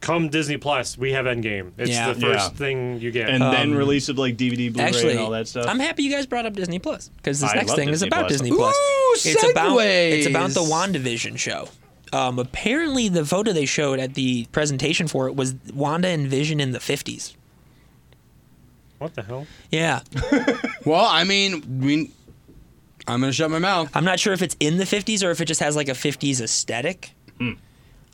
Speaker 4: come Disney Plus, we have Endgame. It's
Speaker 3: Yeah.
Speaker 4: the first
Speaker 2: Yeah.
Speaker 4: thing you get.
Speaker 2: And then release of like DVD, Blu-ray,
Speaker 3: Um, Actually,
Speaker 2: and all that stuff.
Speaker 3: I'm happy you guys brought up Disney Plus because this
Speaker 2: I
Speaker 3: next
Speaker 2: love
Speaker 3: thing is
Speaker 2: Disney
Speaker 3: about
Speaker 2: Plus.
Speaker 3: Disney Plus.
Speaker 1: Ooh,
Speaker 3: it's about it's
Speaker 1: segues.
Speaker 3: about the WandaVision show. Um, apparently, the photo they showed at the presentation for it was Wanda and Vision in the 50s.
Speaker 4: what the hell?
Speaker 3: Yeah,
Speaker 1: Well, I mean, we, I'm gonna shut my mouth.
Speaker 3: I'm not sure if it's in the 50s or if it just has like a 50s aesthetic.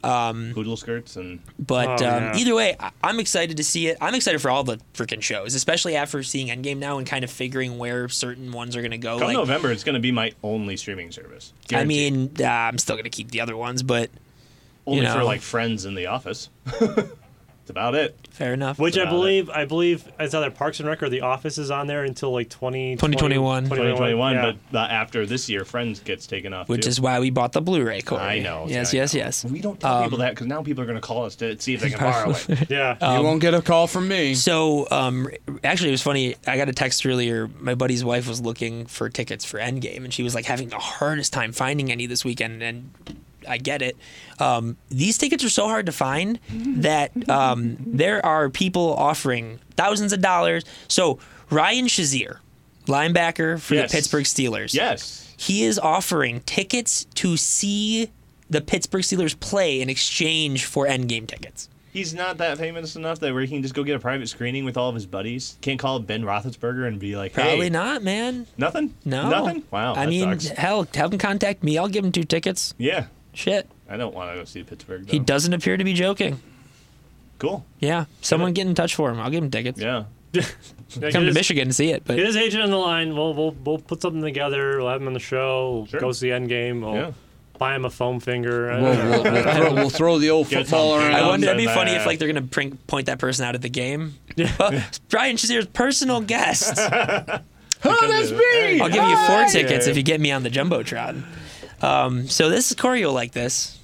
Speaker 2: Poodle skirts and
Speaker 3: But
Speaker 4: Oh,
Speaker 3: um,
Speaker 4: yeah.
Speaker 3: either way, I- I'm excited to see it. I'm excited for all the freaking shows, especially after seeing Endgame now and kind of figuring where certain ones are going to go.
Speaker 2: come
Speaker 3: Like,
Speaker 2: November, it's going to be my only streaming service.
Speaker 3: I
Speaker 2: Guaranteed.
Speaker 3: mean, uh, I'm still going to keep the other ones, but
Speaker 2: only
Speaker 3: know.
Speaker 2: for like friends in the office. That's about it.
Speaker 3: fair enough.
Speaker 4: Which I
Speaker 2: about
Speaker 4: believe, I believe it's either Parks and Rec or The Office is on there until like 20,
Speaker 3: 2021.
Speaker 2: 2021,
Speaker 4: yeah.
Speaker 2: but the, after this year, Friends gets taken off.
Speaker 3: which
Speaker 2: too.
Speaker 3: is why we bought the Blu-ray. Corey.
Speaker 2: I know.
Speaker 3: Yes,
Speaker 2: yeah, I
Speaker 3: yes,
Speaker 2: know.
Speaker 3: yes. Um,
Speaker 2: We don't tell people that because now people are going to call us to see if they can borrow it.
Speaker 4: yeah.
Speaker 3: Uh,
Speaker 1: you won't get a call from me.
Speaker 3: So, um, actually, it was funny. I got a text earlier. My buddy's wife was looking for tickets for Endgame, and she was like having the hardest time finding any this weekend. And I get it. Um, these tickets are so hard to find that um, there are people offering thousands of dollars. So Ryan Shazier, linebacker for
Speaker 2: Yes.
Speaker 3: the Pittsburgh Steelers,
Speaker 2: yes.
Speaker 3: he is offering tickets to see the Pittsburgh Steelers play in exchange for Endgame tickets.
Speaker 2: He's not that famous enough that where he can just go get a private screening with all of his buddies. Can't call Ben Roethlisberger and be like, hey,
Speaker 3: Probably not, man.
Speaker 2: Nothing?
Speaker 3: No.
Speaker 2: Nothing? Wow.
Speaker 3: I
Speaker 2: that
Speaker 3: mean,
Speaker 2: sucks.
Speaker 3: hell, have him contact me. I'll give him two tickets.
Speaker 2: yeah.
Speaker 3: Shit.
Speaker 2: I don't want to go see Pittsburgh. Though.
Speaker 3: He doesn't appear to be joking.
Speaker 2: Cool.
Speaker 3: Yeah. Someone get in touch for him. I'll give him tickets.
Speaker 2: Yeah.
Speaker 4: Yeah,
Speaker 3: Come
Speaker 4: get
Speaker 3: to
Speaker 4: his-
Speaker 3: Michigan and see it. But
Speaker 4: Get his agent on the line. We'll, we'll we'll put something together. We'll have him on the show. We'll
Speaker 2: Sure.
Speaker 4: Go see Endgame. We'll
Speaker 2: Yeah.
Speaker 4: buy him a foam finger. I
Speaker 1: We'll,
Speaker 4: don't know.
Speaker 1: we'll, we'll, throw, we'll throw the old
Speaker 2: Get
Speaker 1: football
Speaker 2: something.
Speaker 1: around.
Speaker 3: I wonder. It'd
Speaker 2: Um,
Speaker 3: be funny if
Speaker 2: uh,
Speaker 3: like they're gonna prank, point that person out at the game. Well, Brian Shazier's personal guest.
Speaker 1: oh, that's me.
Speaker 3: I'll give you four
Speaker 1: Hi!
Speaker 3: tickets if you get me on the jumbotron. Um, so this is Corey will like this.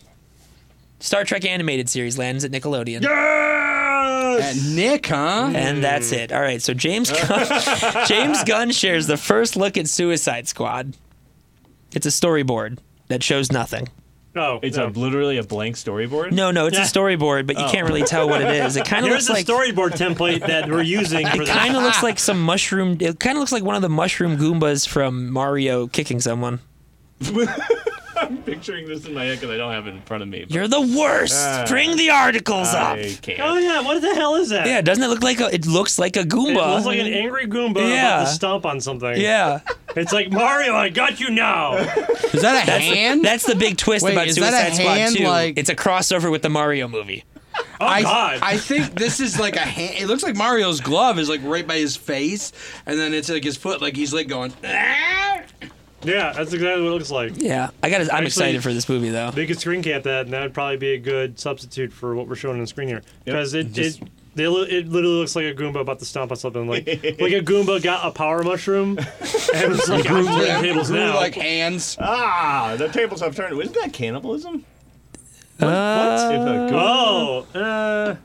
Speaker 3: Star Trek animated series lands at Nickelodeon.
Speaker 1: At Nick, huh?
Speaker 3: And that's it. All right. So James Gunn, James Gunn shares the first look at Suicide Squad. It's a storyboard that shows nothing.
Speaker 4: No,
Speaker 2: It's
Speaker 4: no.
Speaker 2: a, literally a blank storyboard.
Speaker 3: No, no, it's a storyboard, but you can't really tell what it is. It kind of
Speaker 4: Oh. Here's
Speaker 3: looks
Speaker 4: the
Speaker 3: like
Speaker 4: storyboard template that we're using for this.
Speaker 3: kind of looks like some mushroom. It kind of looks like one of the mushroom Goombas from Mario kicking someone.
Speaker 2: picturing this in my head because I don't have it in front of me. but
Speaker 3: You're the worst.
Speaker 2: Ah.
Speaker 3: Bring the articles up.
Speaker 2: I can't.
Speaker 4: Oh yeah, what the hell is that?
Speaker 3: Yeah, doesn't it look like a? It looks like a Goomba.
Speaker 4: It looks like an angry Goomba
Speaker 3: Yeah.
Speaker 4: about to stomp on something.
Speaker 3: yeah,
Speaker 4: It's like Mario, I got you now.
Speaker 1: Is that a
Speaker 3: that's
Speaker 1: hand?
Speaker 3: The, that's the big twist
Speaker 1: Wait,
Speaker 3: about
Speaker 1: is
Speaker 3: Suicide
Speaker 1: that a
Speaker 3: Squad
Speaker 1: hand,
Speaker 3: 2.
Speaker 1: like-
Speaker 3: It's a crossover with the Mario movie.
Speaker 4: Oh
Speaker 1: I,
Speaker 4: God.
Speaker 1: I think this is like a hand. It looks like Mario's glove is like right by his face, and then it's like his foot, like he's like going. "Ah!"
Speaker 4: yeah, that's exactly what it looks like.
Speaker 3: Yeah, I got. I'm excited for this movie though.
Speaker 4: They could screen cap that, and that would probably be a good substitute for what we're showing on the screen here, because it
Speaker 3: Just-
Speaker 4: it. They li- it literally looks like a Goomba about to stomp on something. Like, like a Goomba got a power mushroom and was like,
Speaker 1: Grew-
Speaker 4: I'm turning tables
Speaker 1: grew,
Speaker 4: now.
Speaker 1: like hands.
Speaker 2: Ah, the tables have turned. Isn't that cannibalism?
Speaker 3: Uh,
Speaker 2: If a goon-
Speaker 4: oh, uh,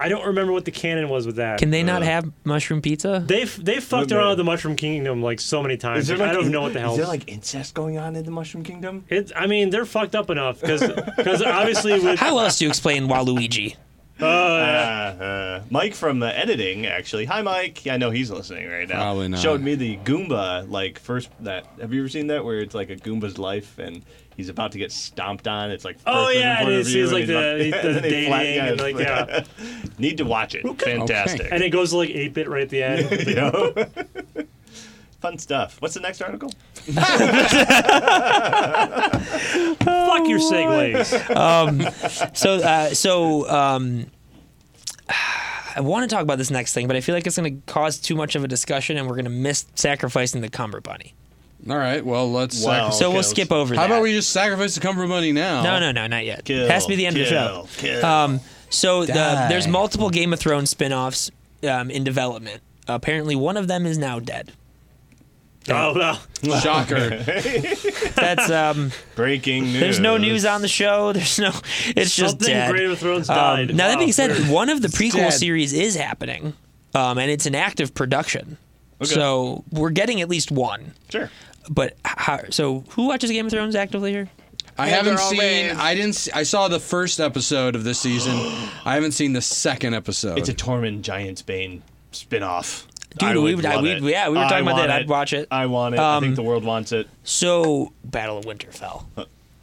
Speaker 4: I don't remember what the canon was with that.
Speaker 3: Can they not have mushroom pizza?
Speaker 4: They f- they fucked
Speaker 2: Wouldn't
Speaker 4: around
Speaker 2: they?
Speaker 4: with the Mushroom Kingdom like so many times.
Speaker 2: Is there
Speaker 4: I
Speaker 2: like
Speaker 4: don't
Speaker 2: in-
Speaker 4: know what the hell.
Speaker 2: Is there like incest going on in the Mushroom Kingdom?
Speaker 4: It's, I mean, they're fucked up enough because obviously with
Speaker 3: How else do you explain Waluigi?
Speaker 2: Uh, uh, Mike from the editing, actually. Hi, Mike. Yeah, I know he's listening right now.
Speaker 1: Probably not.
Speaker 2: Showed me the Goomba, like first that. Have you ever seen that where it's like a Goomba's life and he's about to get stomped on? It's like
Speaker 4: Oh,
Speaker 2: first person
Speaker 4: yeah,
Speaker 2: point
Speaker 4: and
Speaker 2: of
Speaker 4: he
Speaker 2: view,
Speaker 4: sees, like,
Speaker 2: and
Speaker 4: the-
Speaker 2: he's
Speaker 4: he
Speaker 2: about-
Speaker 4: does
Speaker 2: and they
Speaker 4: dating
Speaker 2: flat-
Speaker 4: and, like, yeah.
Speaker 2: Need to watch it. Fantastic.
Speaker 4: and it goes to like eight bit right at the end.
Speaker 2: you know? Fun stuff. What's the next article?
Speaker 4: Fuck your segues.
Speaker 3: So, uh, so um, I want to talk about this next thing, but I feel like it's going to cause too much of a discussion, and we're going to miss sacrificing the Cumber Bunny.
Speaker 1: All right, well let's.
Speaker 2: Wow.
Speaker 1: sacrifice-
Speaker 3: So
Speaker 2: Okay,
Speaker 3: we'll
Speaker 2: let's-
Speaker 3: skip over
Speaker 1: How
Speaker 3: that.
Speaker 1: about we just sacrifice the comfort money now?
Speaker 3: No, no, no, not yet.
Speaker 2: Kill,
Speaker 3: Has to be the end
Speaker 2: kill,
Speaker 3: of the show.
Speaker 2: Kill.
Speaker 3: Um, so the,
Speaker 1: Die.
Speaker 3: there's multiple Game of Thrones spin-offs um, in development. Apparently, one of them is now dead.
Speaker 4: oh well.
Speaker 1: no. Shocker.
Speaker 3: That's um,
Speaker 2: Breaking news.
Speaker 3: there's no news on the show. There's no. It's just
Speaker 4: Something
Speaker 3: dead.
Speaker 4: Game of Thrones
Speaker 3: Um,
Speaker 4: died.
Speaker 3: now that
Speaker 4: Wow,
Speaker 3: being said,
Speaker 4: weird.
Speaker 3: one of the prequel
Speaker 1: dead.
Speaker 3: series is happening, um, and it's an active production.
Speaker 2: Okay.
Speaker 3: So we're getting at least one.
Speaker 2: Sure.
Speaker 3: But how, so who watches Game of Thrones actively here?
Speaker 1: I
Speaker 2: Yeah,
Speaker 1: haven't
Speaker 2: they're all
Speaker 1: seen.
Speaker 2: waves.
Speaker 1: I didn't. See, I saw the first episode of this season. I haven't seen the second episode.
Speaker 2: It's a Tormund Giants Bane spinoff.
Speaker 3: Dude,
Speaker 2: I
Speaker 3: we
Speaker 2: would
Speaker 3: would- I-
Speaker 2: love
Speaker 3: we-
Speaker 2: it.
Speaker 3: yeah, we were talking about
Speaker 2: want
Speaker 3: that. I'd watch it.
Speaker 2: I want it. I
Speaker 3: Um,
Speaker 2: think the world wants it.
Speaker 3: So Battle of Winterfell.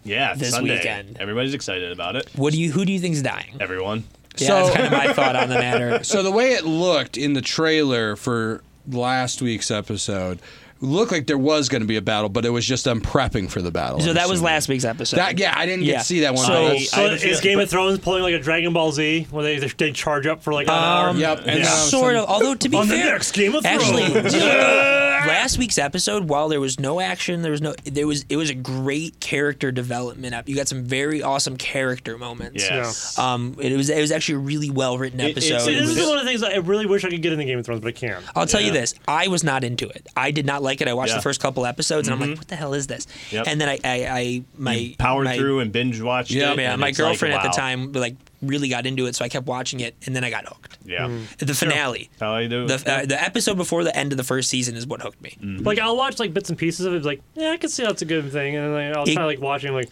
Speaker 2: Yeah,
Speaker 3: this
Speaker 2: Sunday.
Speaker 3: weekend.
Speaker 2: Everybody's excited about it.
Speaker 3: What do you? Who do you think's dying?
Speaker 2: Everyone.
Speaker 3: Yeah,
Speaker 1: So-
Speaker 3: that's kind of my thought on the matter.
Speaker 1: so the way it looked in the trailer for last week's episode looked like there was going to be a battle, but it was just them prepping for the battle.
Speaker 3: So
Speaker 1: I'm
Speaker 3: that was
Speaker 1: assuming.
Speaker 3: last week's episode.
Speaker 1: That yeah, I didn't get
Speaker 3: Yeah.
Speaker 1: to see that one.
Speaker 3: So-
Speaker 1: but that's-
Speaker 2: I
Speaker 4: So
Speaker 2: have a
Speaker 4: is
Speaker 2: feeling-
Speaker 4: Game of Thrones pulling like a Dragon Ball Z where they they charge up for like an hour?
Speaker 1: Um, yep. And uh,
Speaker 4: Yeah.
Speaker 1: then-
Speaker 3: sort of. Although to be
Speaker 4: On the
Speaker 3: fair,
Speaker 4: next Game of
Speaker 3: actually,
Speaker 4: Thrones.
Speaker 3: last week's episode, while there was no action, there was no, there was, it was a great character development up. You got some very awesome character moments.
Speaker 2: Yes.
Speaker 3: Um, it was, it was actually a really well written
Speaker 2: It- it's-
Speaker 3: episode.
Speaker 4: See,
Speaker 3: It
Speaker 4: this
Speaker 3: was-
Speaker 4: is one of the things I really wish I could get into Game of Thrones, but I can't.
Speaker 3: I'll tell you
Speaker 2: Yeah.
Speaker 3: this. I was not into it. I did not like it. I watched
Speaker 2: Yeah. Mm-hmm.
Speaker 3: the first couple episodes and I'm like, what the hell is this?
Speaker 2: Yep.
Speaker 3: And then I, I, I my
Speaker 2: Power
Speaker 3: my- oh,
Speaker 2: through and binge watched
Speaker 1: Yeah,
Speaker 2: it.
Speaker 1: man,
Speaker 3: Yeah,
Speaker 2: and
Speaker 3: my
Speaker 2: it's like,
Speaker 3: girlfriend at the
Speaker 2: wow.
Speaker 3: time like really got into it, so I kept watching it, and then I got hooked.
Speaker 2: Yeah.
Speaker 3: The finale,
Speaker 2: That's How you do.
Speaker 3: the uh, the episode before the end of the first season is what hooked me.
Speaker 2: Mm.
Speaker 4: Like I'll watch like bits and pieces of it, like yeah, I can see that's a good thing, and then like, I'll
Speaker 3: It-
Speaker 4: try like watching like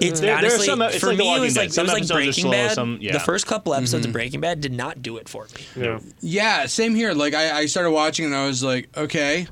Speaker 3: It's
Speaker 2: There- there are
Speaker 3: honestly
Speaker 2: some- uh, it's
Speaker 3: for
Speaker 2: like The
Speaker 3: me it
Speaker 2: Walking
Speaker 3: was
Speaker 2: Dead.
Speaker 3: like it
Speaker 2: Some
Speaker 3: was like
Speaker 2: episodes are
Speaker 3: Breaking
Speaker 2: slow,
Speaker 3: Bad.
Speaker 2: some- yeah. Mm-hmm.
Speaker 3: The first couple episodes of Breaking Bad did not do it for me,
Speaker 4: you know.
Speaker 1: yeah, same here. Like I, I started watching and I was like, okay,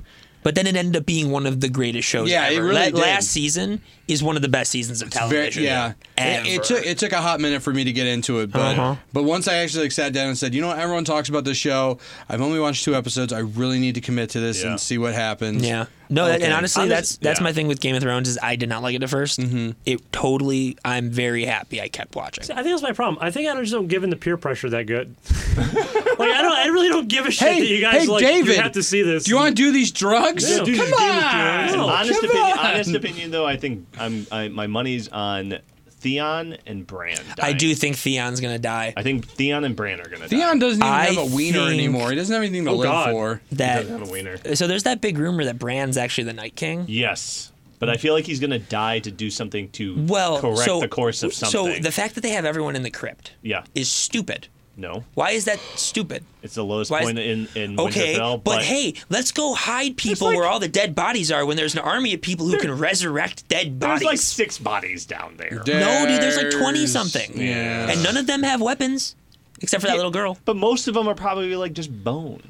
Speaker 3: but then it ended up being one of the greatest shows.
Speaker 1: Yeah, it
Speaker 3: ever.
Speaker 1: really
Speaker 3: La-
Speaker 1: did.
Speaker 3: Last season is one of the best seasons of
Speaker 1: very,
Speaker 3: television.
Speaker 1: yeah. It,
Speaker 3: ever.
Speaker 1: it took it took a hot minute for me to get into it, but
Speaker 3: Uh-huh.
Speaker 1: but once I actually like sat down and said, you know what, everyone talks about this show. I've only watched two episodes. I really need to commit to this
Speaker 2: Yeah.
Speaker 1: and see what happens.
Speaker 3: Yeah. No, that,
Speaker 1: Okay.
Speaker 3: and honestly,
Speaker 2: Honest-
Speaker 3: that's that's
Speaker 2: yeah.
Speaker 3: my thing with Game of Thrones is I did not like it at 1st
Speaker 1: Mm-hmm.
Speaker 3: It totally. I'm very happy I kept watching.
Speaker 4: I think that's my problem. I think I just don't give in the peer pressure that good. like I don't, I really don't give a shit
Speaker 1: Hey,
Speaker 4: that you guys
Speaker 1: hey,
Speaker 4: like.
Speaker 1: David,
Speaker 4: you have to see this.
Speaker 1: Do you want to do these drugs?
Speaker 4: Yeah, dude,
Speaker 1: Come
Speaker 4: Game of
Speaker 1: on.
Speaker 4: Thrones.
Speaker 3: Oh,
Speaker 4: No,
Speaker 2: honest
Speaker 1: come on.
Speaker 2: opinion. Honest opinion, though, I think I'm. I, my money's on Theon and Bran.
Speaker 3: I
Speaker 2: dying.
Speaker 3: do think Theon's gonna die.
Speaker 2: I think Theon and Bran are gonna.
Speaker 1: Theon
Speaker 2: die.
Speaker 1: doesn't even
Speaker 3: I
Speaker 1: have a wiener
Speaker 3: think-
Speaker 1: anymore. He doesn't have
Speaker 2: Oh,
Speaker 1: anything to live
Speaker 4: God.
Speaker 1: for.
Speaker 2: He doesn't
Speaker 3: That
Speaker 2: have a wiener.
Speaker 3: so there's that big rumor that Bran's actually the Night King.
Speaker 2: Yes, but I feel like he's gonna die to do something to
Speaker 3: Well,
Speaker 2: correct
Speaker 3: so,
Speaker 2: the course of something.
Speaker 3: So the fact that they have everyone in the crypt
Speaker 2: yeah,
Speaker 3: is stupid.
Speaker 2: no,
Speaker 3: Why is that stupid?
Speaker 2: it's the lowest
Speaker 3: Why is-
Speaker 2: point in in
Speaker 3: Okay,
Speaker 2: Winterfell.
Speaker 3: but, hey, let's go hide people
Speaker 2: like-
Speaker 3: where all the dead bodies are when there's an army of people who can resurrect dead
Speaker 2: there's
Speaker 3: bodies.
Speaker 2: like six bodies down there.
Speaker 3: no, dude, there's like
Speaker 1: There's-
Speaker 3: 20 something.
Speaker 1: Yeah.
Speaker 3: And none of them have weapons except for that little girl.
Speaker 2: But most of them are probably like just bone.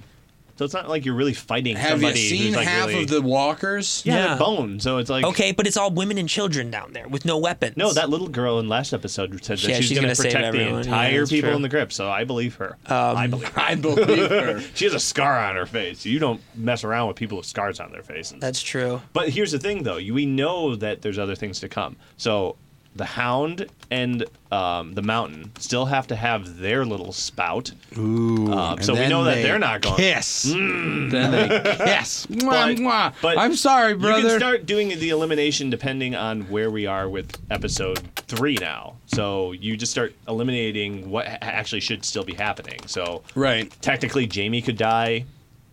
Speaker 2: So it's not like you're really fighting
Speaker 1: Have you
Speaker 2: somebody
Speaker 1: seen
Speaker 2: who's like
Speaker 1: half
Speaker 2: really,
Speaker 1: of the walkers?
Speaker 2: yeah,
Speaker 3: Yeah.
Speaker 2: they're bone. So it's like
Speaker 3: Okay, but it's all women and children down there with no weapons.
Speaker 2: No, that little girl in last episode said that
Speaker 3: Yeah,
Speaker 2: she's,
Speaker 3: she's
Speaker 2: going to
Speaker 3: gonna save
Speaker 2: protect
Speaker 3: everyone.
Speaker 2: the
Speaker 3: Yeah,
Speaker 2: entire
Speaker 3: that's
Speaker 2: people
Speaker 3: true. Oh,
Speaker 2: in the crypt. So I believe her. I
Speaker 3: Um,
Speaker 2: believe her.
Speaker 1: I believe her.
Speaker 2: She has a scar on her face. You don't mess around with people with scars on their faces.
Speaker 3: That's true.
Speaker 2: But here's the thing, though. You- We know that there's other things to come. So the Hound and um, the Mountain still have to have their little spout.
Speaker 1: Ooh.
Speaker 2: Um,
Speaker 1: and
Speaker 2: so we
Speaker 1: then
Speaker 2: know that
Speaker 1: they
Speaker 2: they're not going-
Speaker 1: Kiss. Then they kiss. Mwah,
Speaker 2: But-
Speaker 1: Mm. mwah.
Speaker 2: but
Speaker 1: I'm sorry, brother.
Speaker 2: You can start doing the elimination depending on where we are with episode three now. So you just start eliminating what ha- actually should still be happening. So
Speaker 1: right.
Speaker 2: technically, Jamie could die.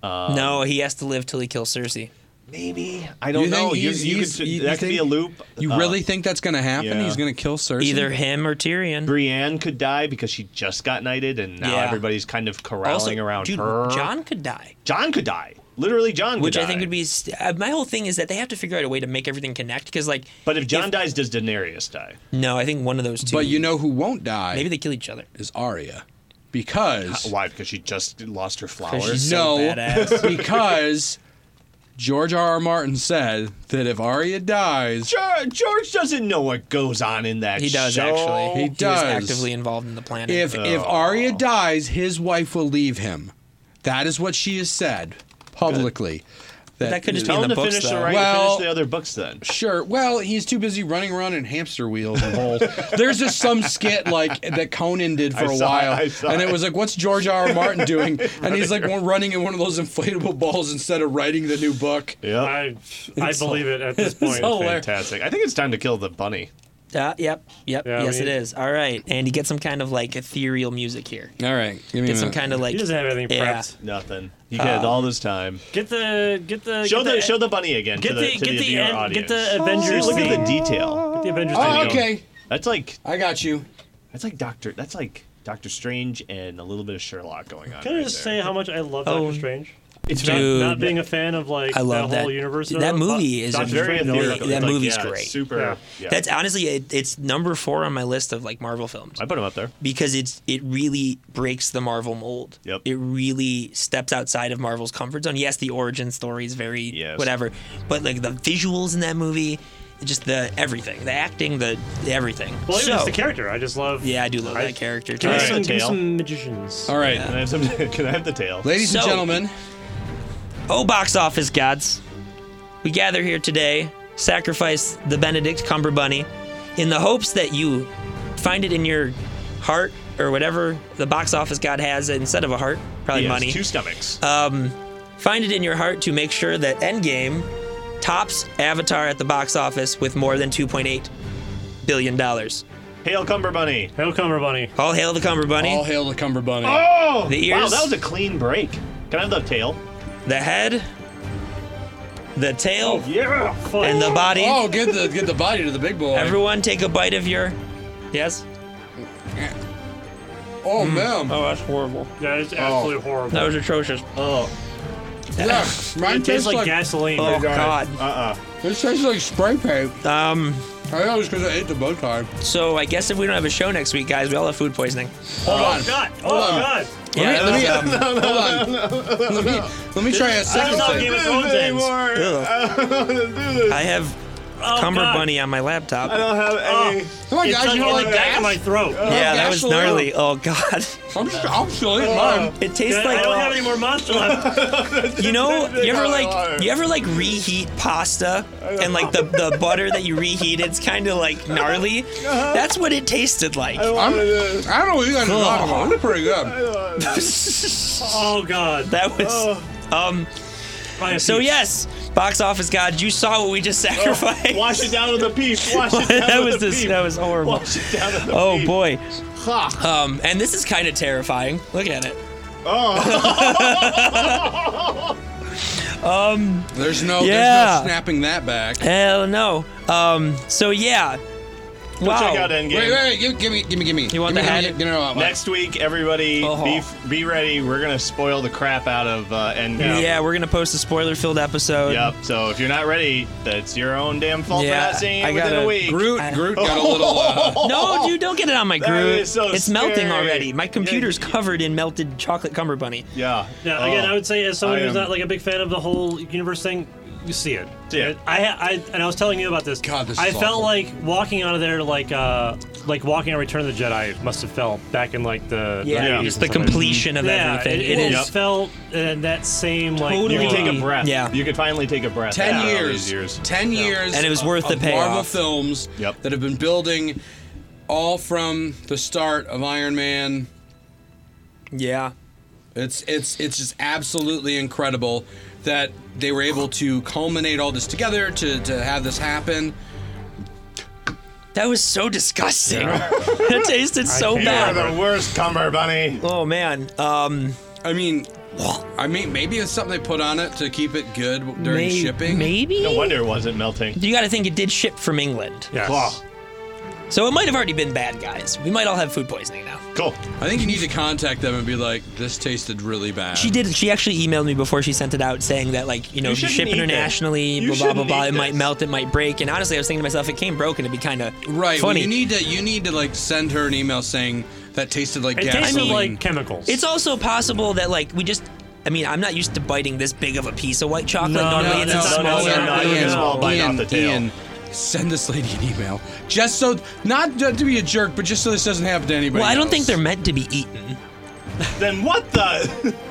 Speaker 2: Um,
Speaker 3: no, he has to live till he kills Cersei.
Speaker 2: Maybe I don't
Speaker 1: You think
Speaker 2: know. You,
Speaker 1: he's-
Speaker 2: you
Speaker 1: he's-
Speaker 2: could,
Speaker 1: you
Speaker 2: that could be a
Speaker 1: think-
Speaker 2: loop.
Speaker 1: You
Speaker 2: Uh,
Speaker 1: really think that's gonna happen?
Speaker 2: yeah.
Speaker 1: He's gonna kill Cersei.
Speaker 3: Either him or Tyrion.
Speaker 2: Brienne could die because she just got knighted, and now
Speaker 3: Yeah.
Speaker 2: everybody's kind of
Speaker 3: also,
Speaker 2: corralling around
Speaker 3: dude,
Speaker 2: her.
Speaker 3: John could die,
Speaker 2: John could die. Literally, John could
Speaker 3: which
Speaker 2: die.
Speaker 3: I think would be. St- uh, my whole thing is that they have to figure out a way to make everything connect because, like,
Speaker 2: But if John dies, does Daenerys die?
Speaker 3: no, I think one of those two.
Speaker 1: But you know who won't die
Speaker 3: maybe they kill each other.
Speaker 1: is Arya, because
Speaker 2: Why? Because she just lost her flower.
Speaker 3: she's-
Speaker 1: no,
Speaker 3: So badass.
Speaker 1: because George R. R. Martin said that if Arya dies,
Speaker 2: George, George doesn't know what goes on in that.
Speaker 3: He does
Speaker 2: show.
Speaker 3: actually.
Speaker 1: He
Speaker 3: was
Speaker 1: does.
Speaker 3: actively involved in the planning.
Speaker 1: if if Arya dies, his wife will leave him. That is what she has said publicly.
Speaker 3: that could just be
Speaker 2: Tell
Speaker 3: in
Speaker 2: him
Speaker 3: the
Speaker 2: to
Speaker 3: books,
Speaker 2: finish
Speaker 3: though.
Speaker 2: the right.
Speaker 1: Well-
Speaker 2: finish the other books then.
Speaker 1: Sure. Well, he's too busy running around in hamster wheels and holes. There's just some skit like that Conan did for
Speaker 2: I
Speaker 1: a
Speaker 2: saw it,
Speaker 1: while,
Speaker 2: I saw
Speaker 1: and it
Speaker 2: it.
Speaker 1: was like, "What's George R. R. Martin doing?" And he's like, well, "Running in one of those inflatable balls instead of writing the new book."
Speaker 2: Yeah.
Speaker 4: I, I believe it at this
Speaker 1: It's
Speaker 4: point.
Speaker 3: Oh,
Speaker 1: all hilarious.
Speaker 2: Fantastic. I think it's time to kill the bunny.
Speaker 3: Uh, yep, yep,
Speaker 4: Yeah, I
Speaker 3: yes,
Speaker 4: mean-
Speaker 3: it is. All right, and you get some kind of like ethereal music here.
Speaker 1: All right, give me
Speaker 3: Get some kind of like
Speaker 4: He doesn't have anything
Speaker 3: Yeah.
Speaker 4: prepped.
Speaker 2: Nothing. He had
Speaker 3: Ah.
Speaker 2: all this time.
Speaker 4: Get the get the
Speaker 2: Show
Speaker 4: get
Speaker 2: the, show the bunny again.
Speaker 4: get
Speaker 2: to the,
Speaker 4: the
Speaker 2: to
Speaker 4: get the
Speaker 2: viewer
Speaker 4: en-
Speaker 2: audience.
Speaker 4: get the Avengers
Speaker 2: Look at
Speaker 4: theme.
Speaker 2: the detail.
Speaker 4: the Avengers
Speaker 1: Oh,
Speaker 4: theme.
Speaker 1: okay.
Speaker 2: That's like
Speaker 1: I got you.
Speaker 2: that's like Doctor. That's like Doctor Strange and a little bit of Sherlock going on.
Speaker 4: Can I
Speaker 2: right
Speaker 4: just
Speaker 2: there.
Speaker 4: say how much I love
Speaker 3: Oh.
Speaker 4: Doctor Strange?
Speaker 2: It's
Speaker 4: Not,
Speaker 3: Dude.
Speaker 4: not being a fan of like
Speaker 3: I love
Speaker 4: that whole
Speaker 3: that.
Speaker 4: universe.
Speaker 3: That
Speaker 4: though, but
Speaker 3: movie is
Speaker 4: Doctor
Speaker 3: a
Speaker 2: very
Speaker 4: Strange-
Speaker 3: ethereal.
Speaker 2: ethereal.
Speaker 3: That
Speaker 2: It's like,
Speaker 3: movie's
Speaker 2: yeah, it's
Speaker 3: great.
Speaker 2: Super.
Speaker 4: Yeah.
Speaker 2: yeah.
Speaker 3: That's honestly it, it's number four on my list of like Marvel films
Speaker 2: I put him up there.
Speaker 3: because it's it really breaks the Marvel mold.
Speaker 2: Yep.
Speaker 3: It really steps outside of Marvel's comfort zone. Yes, the origin story is very
Speaker 2: Yes.
Speaker 3: whatever, but like the visuals in that movie, just the everything, the acting, the, the everything.
Speaker 4: Well, even
Speaker 3: so,
Speaker 4: just the character. I just love.
Speaker 3: yeah, I do love
Speaker 4: I-
Speaker 3: that character.
Speaker 4: Give
Speaker 3: Too.
Speaker 4: me
Speaker 2: All right.
Speaker 4: some, give me
Speaker 2: Tail.
Speaker 4: some magicians.
Speaker 1: All right,
Speaker 2: Can I have some? Can I have the tail?
Speaker 1: ladies and
Speaker 3: So-
Speaker 1: gentlemen.
Speaker 3: Oh, box office gods, we gather here today, sacrifice the Benedict Cumberbunny in the hopes that you find it in your heart or whatever the box office god has instead of a heart, probably
Speaker 2: He has
Speaker 3: money. Uh,
Speaker 2: Two stomachs.
Speaker 3: Find it in your heart to make sure that Endgame tops Avatar at the box office with more than $2.8 billion. All
Speaker 2: Hail Cumber Bunny.
Speaker 4: Hail Cumber Bunny.
Speaker 3: hail the Cumberbunny,
Speaker 1: All hail the Cumberbunny.
Speaker 2: Oh,
Speaker 3: The
Speaker 2: Wow,
Speaker 3: ears.
Speaker 2: that was a clean break. Can I have the tail?
Speaker 3: the head, the tail,
Speaker 2: Yeah.
Speaker 4: Fuck.
Speaker 3: and the body.
Speaker 1: Oh, get the get the body to the big boy.
Speaker 3: Everyone take a bite of your. Yes?
Speaker 1: oh
Speaker 2: Mm.
Speaker 1: man,
Speaker 3: Oh, that's horrible.
Speaker 4: That is absolutely horrible.
Speaker 3: That was atrocious.
Speaker 2: Oh.
Speaker 1: yeah, mine
Speaker 4: it tastes like, gasoline.
Speaker 3: Oh, God.
Speaker 2: Uh-uh.
Speaker 1: This tastes like spray paint.
Speaker 3: Um,
Speaker 1: I thought it was because I ate the bow tie.
Speaker 3: so I guess if we don't have a show next week, guys, we all have food poisoning.
Speaker 1: Hold
Speaker 4: Oh
Speaker 1: on.
Speaker 4: God! Oh
Speaker 1: Hold on.
Speaker 4: God!
Speaker 3: Yeah,
Speaker 1: let me,
Speaker 3: that
Speaker 1: let me, hold on. Let me, let me try a second
Speaker 4: is how
Speaker 1: thing.
Speaker 4: Game of Thrones ends.
Speaker 3: Ugh. I have
Speaker 4: Oh,
Speaker 3: Cumber
Speaker 4: God.
Speaker 3: Bunny on my laptop.
Speaker 2: don't have any.
Speaker 1: Come on,
Speaker 4: It's
Speaker 1: guys,
Speaker 4: like
Speaker 1: you don't
Speaker 4: on
Speaker 1: like
Speaker 4: the back
Speaker 1: that?
Speaker 4: of my throat.
Speaker 3: yeah, that was
Speaker 1: gasoline.
Speaker 3: gnarly. Oh God,
Speaker 1: I'm, just, I'm still eating mine.
Speaker 3: it tastes
Speaker 4: I
Speaker 3: like
Speaker 4: don't have any more monster left.
Speaker 3: you know. You ever
Speaker 2: Gnarly.
Speaker 3: like you ever like reheat pasta and like the the butter that you reheat, it's kind of like gnarly.
Speaker 2: Uh-huh.
Speaker 3: That's what it tasted like.
Speaker 2: oh,
Speaker 1: I'm, I don't know what you guys are talking about. It's pretty good.
Speaker 4: Oh God!
Speaker 3: That
Speaker 2: Oh.
Speaker 3: was um.
Speaker 4: Buy a
Speaker 3: So
Speaker 4: piece.
Speaker 3: yes, box office god, you saw what we just
Speaker 2: Oh,
Speaker 3: sacrificed.
Speaker 2: Wash it down with a peep. Wash it down
Speaker 3: that
Speaker 2: with
Speaker 3: was
Speaker 2: a
Speaker 3: this.
Speaker 2: peep.
Speaker 3: That was horrible.
Speaker 2: Wash it down with a
Speaker 3: Oh
Speaker 2: peep.
Speaker 3: boy.
Speaker 2: Ha.
Speaker 3: Um, and this is kind of terrifying. Look at it.
Speaker 1: There's no,
Speaker 3: Yeah.
Speaker 1: there's no snapping that back.
Speaker 3: Hell no. Um, so yeah,
Speaker 2: Go
Speaker 3: Wow.
Speaker 2: check out Endgame.
Speaker 1: Wait, wait, wait. Give, give me, give me, give me.
Speaker 3: You want
Speaker 1: give
Speaker 3: the
Speaker 1: me,
Speaker 3: hat?
Speaker 1: Give me, no, no, no,
Speaker 2: Next week, everybody,
Speaker 3: Oh.
Speaker 2: be, f- be ready. We're gonna spoil the crap out of uh, Endgame.
Speaker 3: Yeah, we're gonna post a spoiler-filled episode.
Speaker 2: Yep. So if you're not ready, that's your own damn fault
Speaker 3: Yeah,
Speaker 2: for not seeing
Speaker 3: I
Speaker 2: it within
Speaker 3: gotta-
Speaker 2: a week. Oh.
Speaker 1: Groot,
Speaker 3: I-
Speaker 1: Groot got a little. Uh,
Speaker 3: No, dude, don't get it on my
Speaker 2: That
Speaker 3: Groot.
Speaker 2: is so
Speaker 3: it's melting
Speaker 2: scary.
Speaker 3: already. My
Speaker 2: Yeah,
Speaker 3: computer's
Speaker 2: yeah.
Speaker 3: covered in melted chocolate cumber bunny.
Speaker 2: Yeah.
Speaker 4: Yeah, again,
Speaker 2: Oh.
Speaker 4: I would say as someone
Speaker 2: I
Speaker 4: who's
Speaker 2: am-
Speaker 4: not like a big fan of the whole universe thing, you see it.
Speaker 2: See it.
Speaker 4: I, ha- I and I was telling you about this.
Speaker 1: God, this
Speaker 4: I
Speaker 1: is
Speaker 4: felt
Speaker 1: awful.
Speaker 4: like walking out of there like uh like walking on Return of the Jedi must have felt back in like the the
Speaker 3: Yeah,
Speaker 4: 80s
Speaker 3: it's
Speaker 4: or
Speaker 3: the
Speaker 4: something.
Speaker 3: completion of
Speaker 4: Yeah,
Speaker 3: everything.
Speaker 4: It,
Speaker 3: it
Speaker 4: it
Speaker 3: is.
Speaker 2: Yep.
Speaker 4: felt in that same like
Speaker 3: Totally.
Speaker 2: You
Speaker 4: aura.
Speaker 2: can take a breath.
Speaker 3: Yeah.
Speaker 2: You could finally take a breath.
Speaker 1: Ten
Speaker 2: after all
Speaker 1: years,
Speaker 2: these years.
Speaker 1: Ten years.
Speaker 3: And it was worth
Speaker 1: of,
Speaker 3: the
Speaker 1: of Marvel
Speaker 3: payoff.
Speaker 1: films
Speaker 2: Yep.
Speaker 1: that have been building all from the start of Iron Man.
Speaker 3: Yeah.
Speaker 1: It's it's it's just absolutely incredible that they were able to culminate all this together to, to have this happen.
Speaker 3: That was so disgusting. that tasted so
Speaker 4: can't.
Speaker 2: You are
Speaker 3: bad.
Speaker 2: the worst cumber bunny.
Speaker 3: Oh man. Um
Speaker 1: I mean, I mean, maybe it's something they put on it to keep it good during
Speaker 3: may-
Speaker 1: shipping.
Speaker 3: Maybe?
Speaker 2: No wonder it wasn't melting.
Speaker 3: You gotta think it did ship from England.
Speaker 4: Yes.
Speaker 2: Oh,
Speaker 3: So it might have already been bad guys. We might all have food poisoning now.
Speaker 2: cool.
Speaker 1: I think you need to contact them and be like, "This tasted really bad."
Speaker 3: She did she actually emailed me before she sent it out saying that like, you know,
Speaker 2: You
Speaker 3: if you ship
Speaker 2: shouldn't eat
Speaker 3: internationally,
Speaker 2: this. You
Speaker 3: blah blah blah
Speaker 2: shouldn't
Speaker 3: blah,
Speaker 2: eat
Speaker 3: it might
Speaker 2: this.
Speaker 3: melt, it might break. And honestly I was thinking to myself, if it came broken, it'd be kinda
Speaker 1: Right. well,
Speaker 3: funny.
Speaker 1: you need to you need to like send her an email saying that tasted like
Speaker 4: It tasted
Speaker 1: gasoline.
Speaker 4: like chemicals.
Speaker 3: It's also possible that like we just. I mean, I'm not used to biting this big of a piece of white chocolate.
Speaker 4: No,
Speaker 3: Normally, it's
Speaker 4: no, no,
Speaker 3: a
Speaker 4: no,
Speaker 3: smaller.
Speaker 4: no, no, no,
Speaker 1: Ian,
Speaker 4: no. Small
Speaker 2: bite off
Speaker 1: Ian,
Speaker 2: the tail.
Speaker 1: Ian, send this lady an email just so not to to be a jerk, but just so this doesn't happen to anybody.
Speaker 3: Well, I don't
Speaker 1: else.
Speaker 3: think they're meant to be eaten.
Speaker 2: Then what the?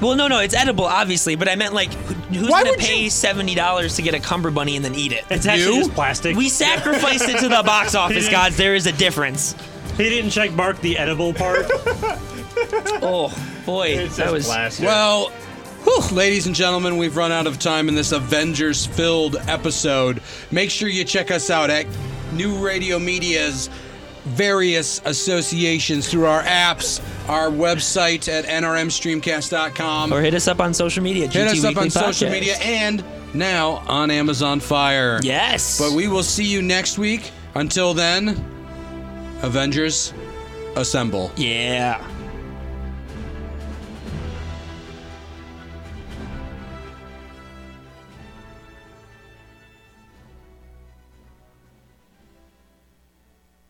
Speaker 3: Well, no, no, it's edible, obviously, but I meant like, who- who's
Speaker 1: Why
Speaker 3: gonna
Speaker 1: would you-
Speaker 3: pay seventy dollars to get a cumber bunny and then eat it?
Speaker 4: It's actually
Speaker 1: You?
Speaker 4: just plastic.
Speaker 3: We sacrificed it to the box office,
Speaker 4: didn't-
Speaker 3: gods. There is a difference.
Speaker 4: he didn't check mark the edible part.
Speaker 3: Oh boy,
Speaker 2: It's
Speaker 3: that
Speaker 2: just
Speaker 3: was
Speaker 2: plastic.
Speaker 1: Well, whew, ladies and gentlemen, we've run out of time in this Avengers filled episode. Make sure you check us out at New Radio Media's various associations through our apps, our website at nrmstreamcast.com.
Speaker 3: Or hit us up on social media.
Speaker 1: Hit us
Speaker 3: GT
Speaker 1: up
Speaker 3: Weekly
Speaker 1: on social
Speaker 3: Podcast.
Speaker 1: media and now on Amazon Fire.
Speaker 3: Yes.
Speaker 1: But we will see you next week. Until then, Avengers assemble.
Speaker 3: yeah.